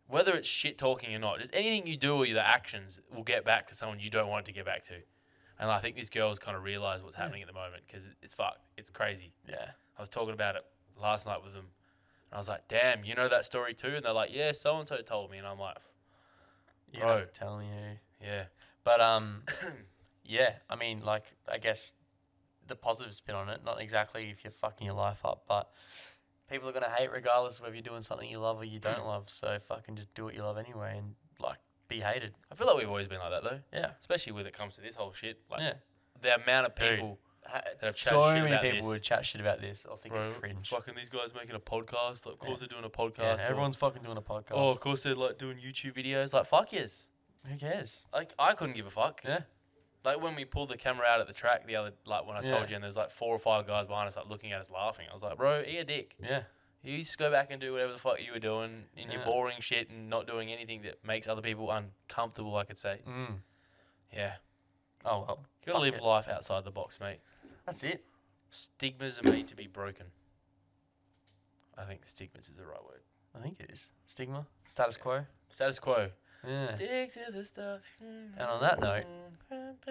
Speaker 2: whether it's shit talking or not, just anything you do or your actions will get back to someone you don't want it to get back to. And I think this girl's kind of realized what's happening at the moment because it's fucked. It's crazy.
Speaker 1: Yeah.
Speaker 2: I was talking about it last night with them, and I was like, "Damn, you know that story too?" And they're like, "Yeah, so and so told me," and I'm like,
Speaker 1: You don't
Speaker 2: Bro.
Speaker 1: have to tell me who.
Speaker 2: "Yeah,
Speaker 1: But um, yeah, I mean, like, I guess the positive spin on it, not exactly if you're fucking your life up, but people are gonna hate regardless of whether you're doing something you love or you don't love. So fucking just do what you love anyway, and like be hated.
Speaker 2: I feel like we've always been like that though,
Speaker 1: Yeah,
Speaker 2: especially when it comes to this whole shit. Like
Speaker 1: yeah.
Speaker 2: the amount of
Speaker 1: Dude.
Speaker 2: people
Speaker 1: Ha-
Speaker 2: that have
Speaker 1: so
Speaker 2: chatted shit
Speaker 1: many
Speaker 2: about
Speaker 1: people
Speaker 2: this.
Speaker 1: would chat shit about this or think
Speaker 2: "Bro,
Speaker 1: it's cringe.
Speaker 2: Fucking these guys making a podcast. Like, of
Speaker 1: Yeah.
Speaker 2: course they're doing a
Speaker 1: Yeah,
Speaker 2: podcast. or-
Speaker 1: everyone's fucking doing a podcast.
Speaker 2: Oh, of course they're like doing YouTube videos. Like fuck yes.
Speaker 1: who cares?
Speaker 2: Like I couldn't give a fuck.
Speaker 1: Yeah,
Speaker 2: Like when we pulled the camera out at the track the other like when I
Speaker 1: Yeah.
Speaker 2: told you and there's like four or five guys behind us like looking at us laughing. I was like, bro, eat a dick.
Speaker 1: yeah,
Speaker 2: You used to go back and do whatever the fuck you were doing and
Speaker 1: Yeah.
Speaker 2: your boring shit and not doing anything that makes other people uncomfortable. I could say.
Speaker 1: mm.
Speaker 2: Yeah,
Speaker 1: Oh well,
Speaker 2: gotta
Speaker 1: Fuck
Speaker 2: live
Speaker 1: it.
Speaker 2: life outside the box, mate.
Speaker 1: that's it.
Speaker 2: Stigmas are made to be broken. I think stigmas is the right word.
Speaker 1: I think it is stigma, status quo.
Speaker 2: Status quo.
Speaker 1: Yeah.
Speaker 2: Stick to the stuff. And
Speaker 1: on that note,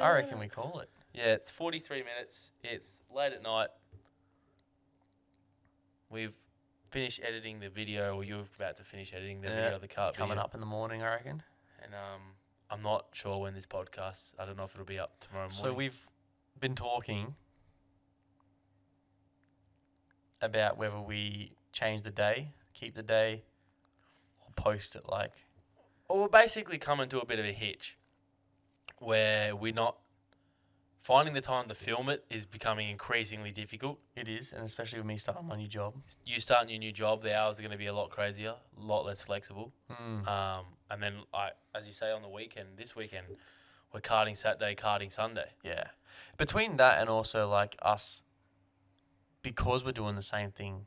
Speaker 1: I reckon we call it.
Speaker 2: Yeah, it's 43 minutes. It's late at night. We've finished editing the video, or you're about to finish editing the video of the cart
Speaker 1: it's coming
Speaker 2: video.
Speaker 1: up in the morning, I reckon.
Speaker 2: And um, I'm not sure when this podcast. I don't know if it'll be up tomorrow morning.
Speaker 1: So we've been talking about whether we change the day, keep the day, or post it like
Speaker 2: well, we're basically coming to a bit of a hitch, where we're not finding the time to film it is becoming increasingly difficult.
Speaker 1: it is, and especially with me starting my new job.
Speaker 2: You starting your new job, the hours are going to be a lot crazier, a lot less flexible.
Speaker 1: Hmm. Uh,
Speaker 2: Um, and then, I, as you say, on the weekend, this weekend, we're karting Saturday, karting Sunday.
Speaker 1: Yeah. Between that and also like us, because we're doing the same thing,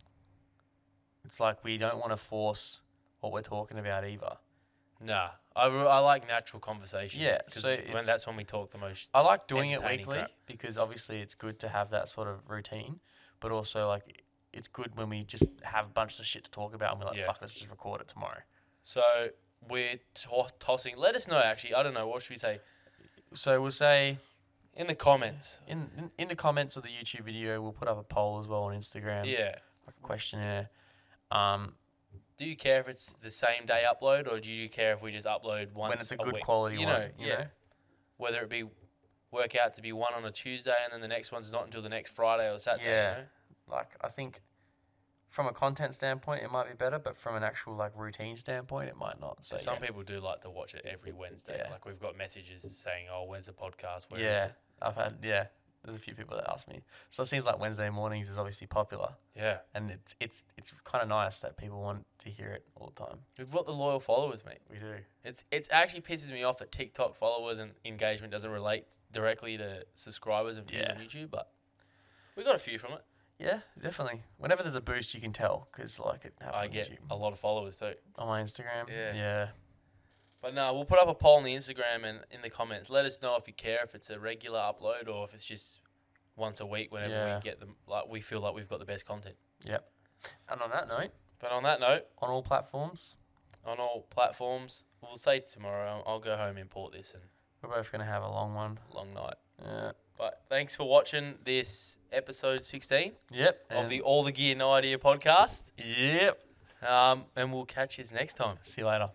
Speaker 1: it's like we don't want to force what we're talking about either.
Speaker 2: Nah, I, re- I like natural conversation.
Speaker 1: Yeah,
Speaker 2: 'cause
Speaker 1: so
Speaker 2: when
Speaker 1: it's-
Speaker 2: that's when we talk the most.
Speaker 1: I like doing it
Speaker 2: entertaining
Speaker 1: weekly
Speaker 2: crap.
Speaker 1: because obviously it's good to have that sort of routine, but also like it's good when we just have a bunch of shit to talk about and we're like,
Speaker 2: Yeah.
Speaker 1: fuck, let's just record it tomorrow.
Speaker 2: So we're to- tossing. Let us know. Actually, I don't know. What should we say
Speaker 1: So we'll say
Speaker 2: in the comments?
Speaker 1: in in, in the comments of the YouTube video, we'll put up a poll as well on Instagram,
Speaker 2: yeah.
Speaker 1: like a questionnaire. Um,
Speaker 2: Do you care if it's the same day upload, or do you care if we just upload once
Speaker 1: when it's a good
Speaker 2: week?
Speaker 1: quality
Speaker 2: You
Speaker 1: one,
Speaker 2: know,
Speaker 1: you
Speaker 2: yeah.
Speaker 1: know?
Speaker 2: Whether it be work out to be one on a Tuesday, and then the next one's not until the next Friday or Saturday. you
Speaker 1: Yeah.
Speaker 2: know?
Speaker 1: like I think from a content standpoint it might be better, but from an actual like routine standpoint it might not. So
Speaker 2: Some
Speaker 1: yeah.
Speaker 2: people do like to watch it every Wednesday.
Speaker 1: Yeah.
Speaker 2: Like we've got messages saying, "Oh, where's the podcast? Where is
Speaker 1: yeah,
Speaker 2: it?"
Speaker 1: I've had yeah. There's a few people that ask me. So it seems like Wednesday mornings is obviously popular,
Speaker 2: Yeah,
Speaker 1: and it's it's it's kind of nice that people want to hear it all the time.
Speaker 2: we've got the loyal followers, mate.
Speaker 1: We do.
Speaker 2: It's it's actually pisses me off that TikTok followers and engagement doesn't relate directly to subscribers and views
Speaker 1: Yeah.
Speaker 2: on YouTube, but we got a few from it.
Speaker 1: Yeah, definitely. Whenever there's a boost, you can tell because like it happens
Speaker 2: I
Speaker 1: on,
Speaker 2: get
Speaker 1: YouTube.
Speaker 2: a lot of followers too.
Speaker 1: on my Instagram.
Speaker 2: Yeah.
Speaker 1: yeah,
Speaker 2: But no, we'll put up a poll on the Instagram and in the comments. Let us know if you care if it's a regular upload or if it's just once a week whenever
Speaker 1: Yeah.
Speaker 2: we get them. Like we feel like we've got the best content.
Speaker 1: yep. And on that note,
Speaker 2: But on that note,
Speaker 1: on all platforms,
Speaker 2: on all platforms. We'll say tomorrow. I'll go home, import this, and
Speaker 1: We're both gonna have a long one. Uh,
Speaker 2: long night.
Speaker 1: Yeah.
Speaker 2: But thanks for watching this episode 16
Speaker 1: Yep.
Speaker 2: of
Speaker 1: and-
Speaker 2: the All the Gear No Idea podcast.
Speaker 1: Yep.
Speaker 2: Um, and we'll catch you next time.
Speaker 1: See you later.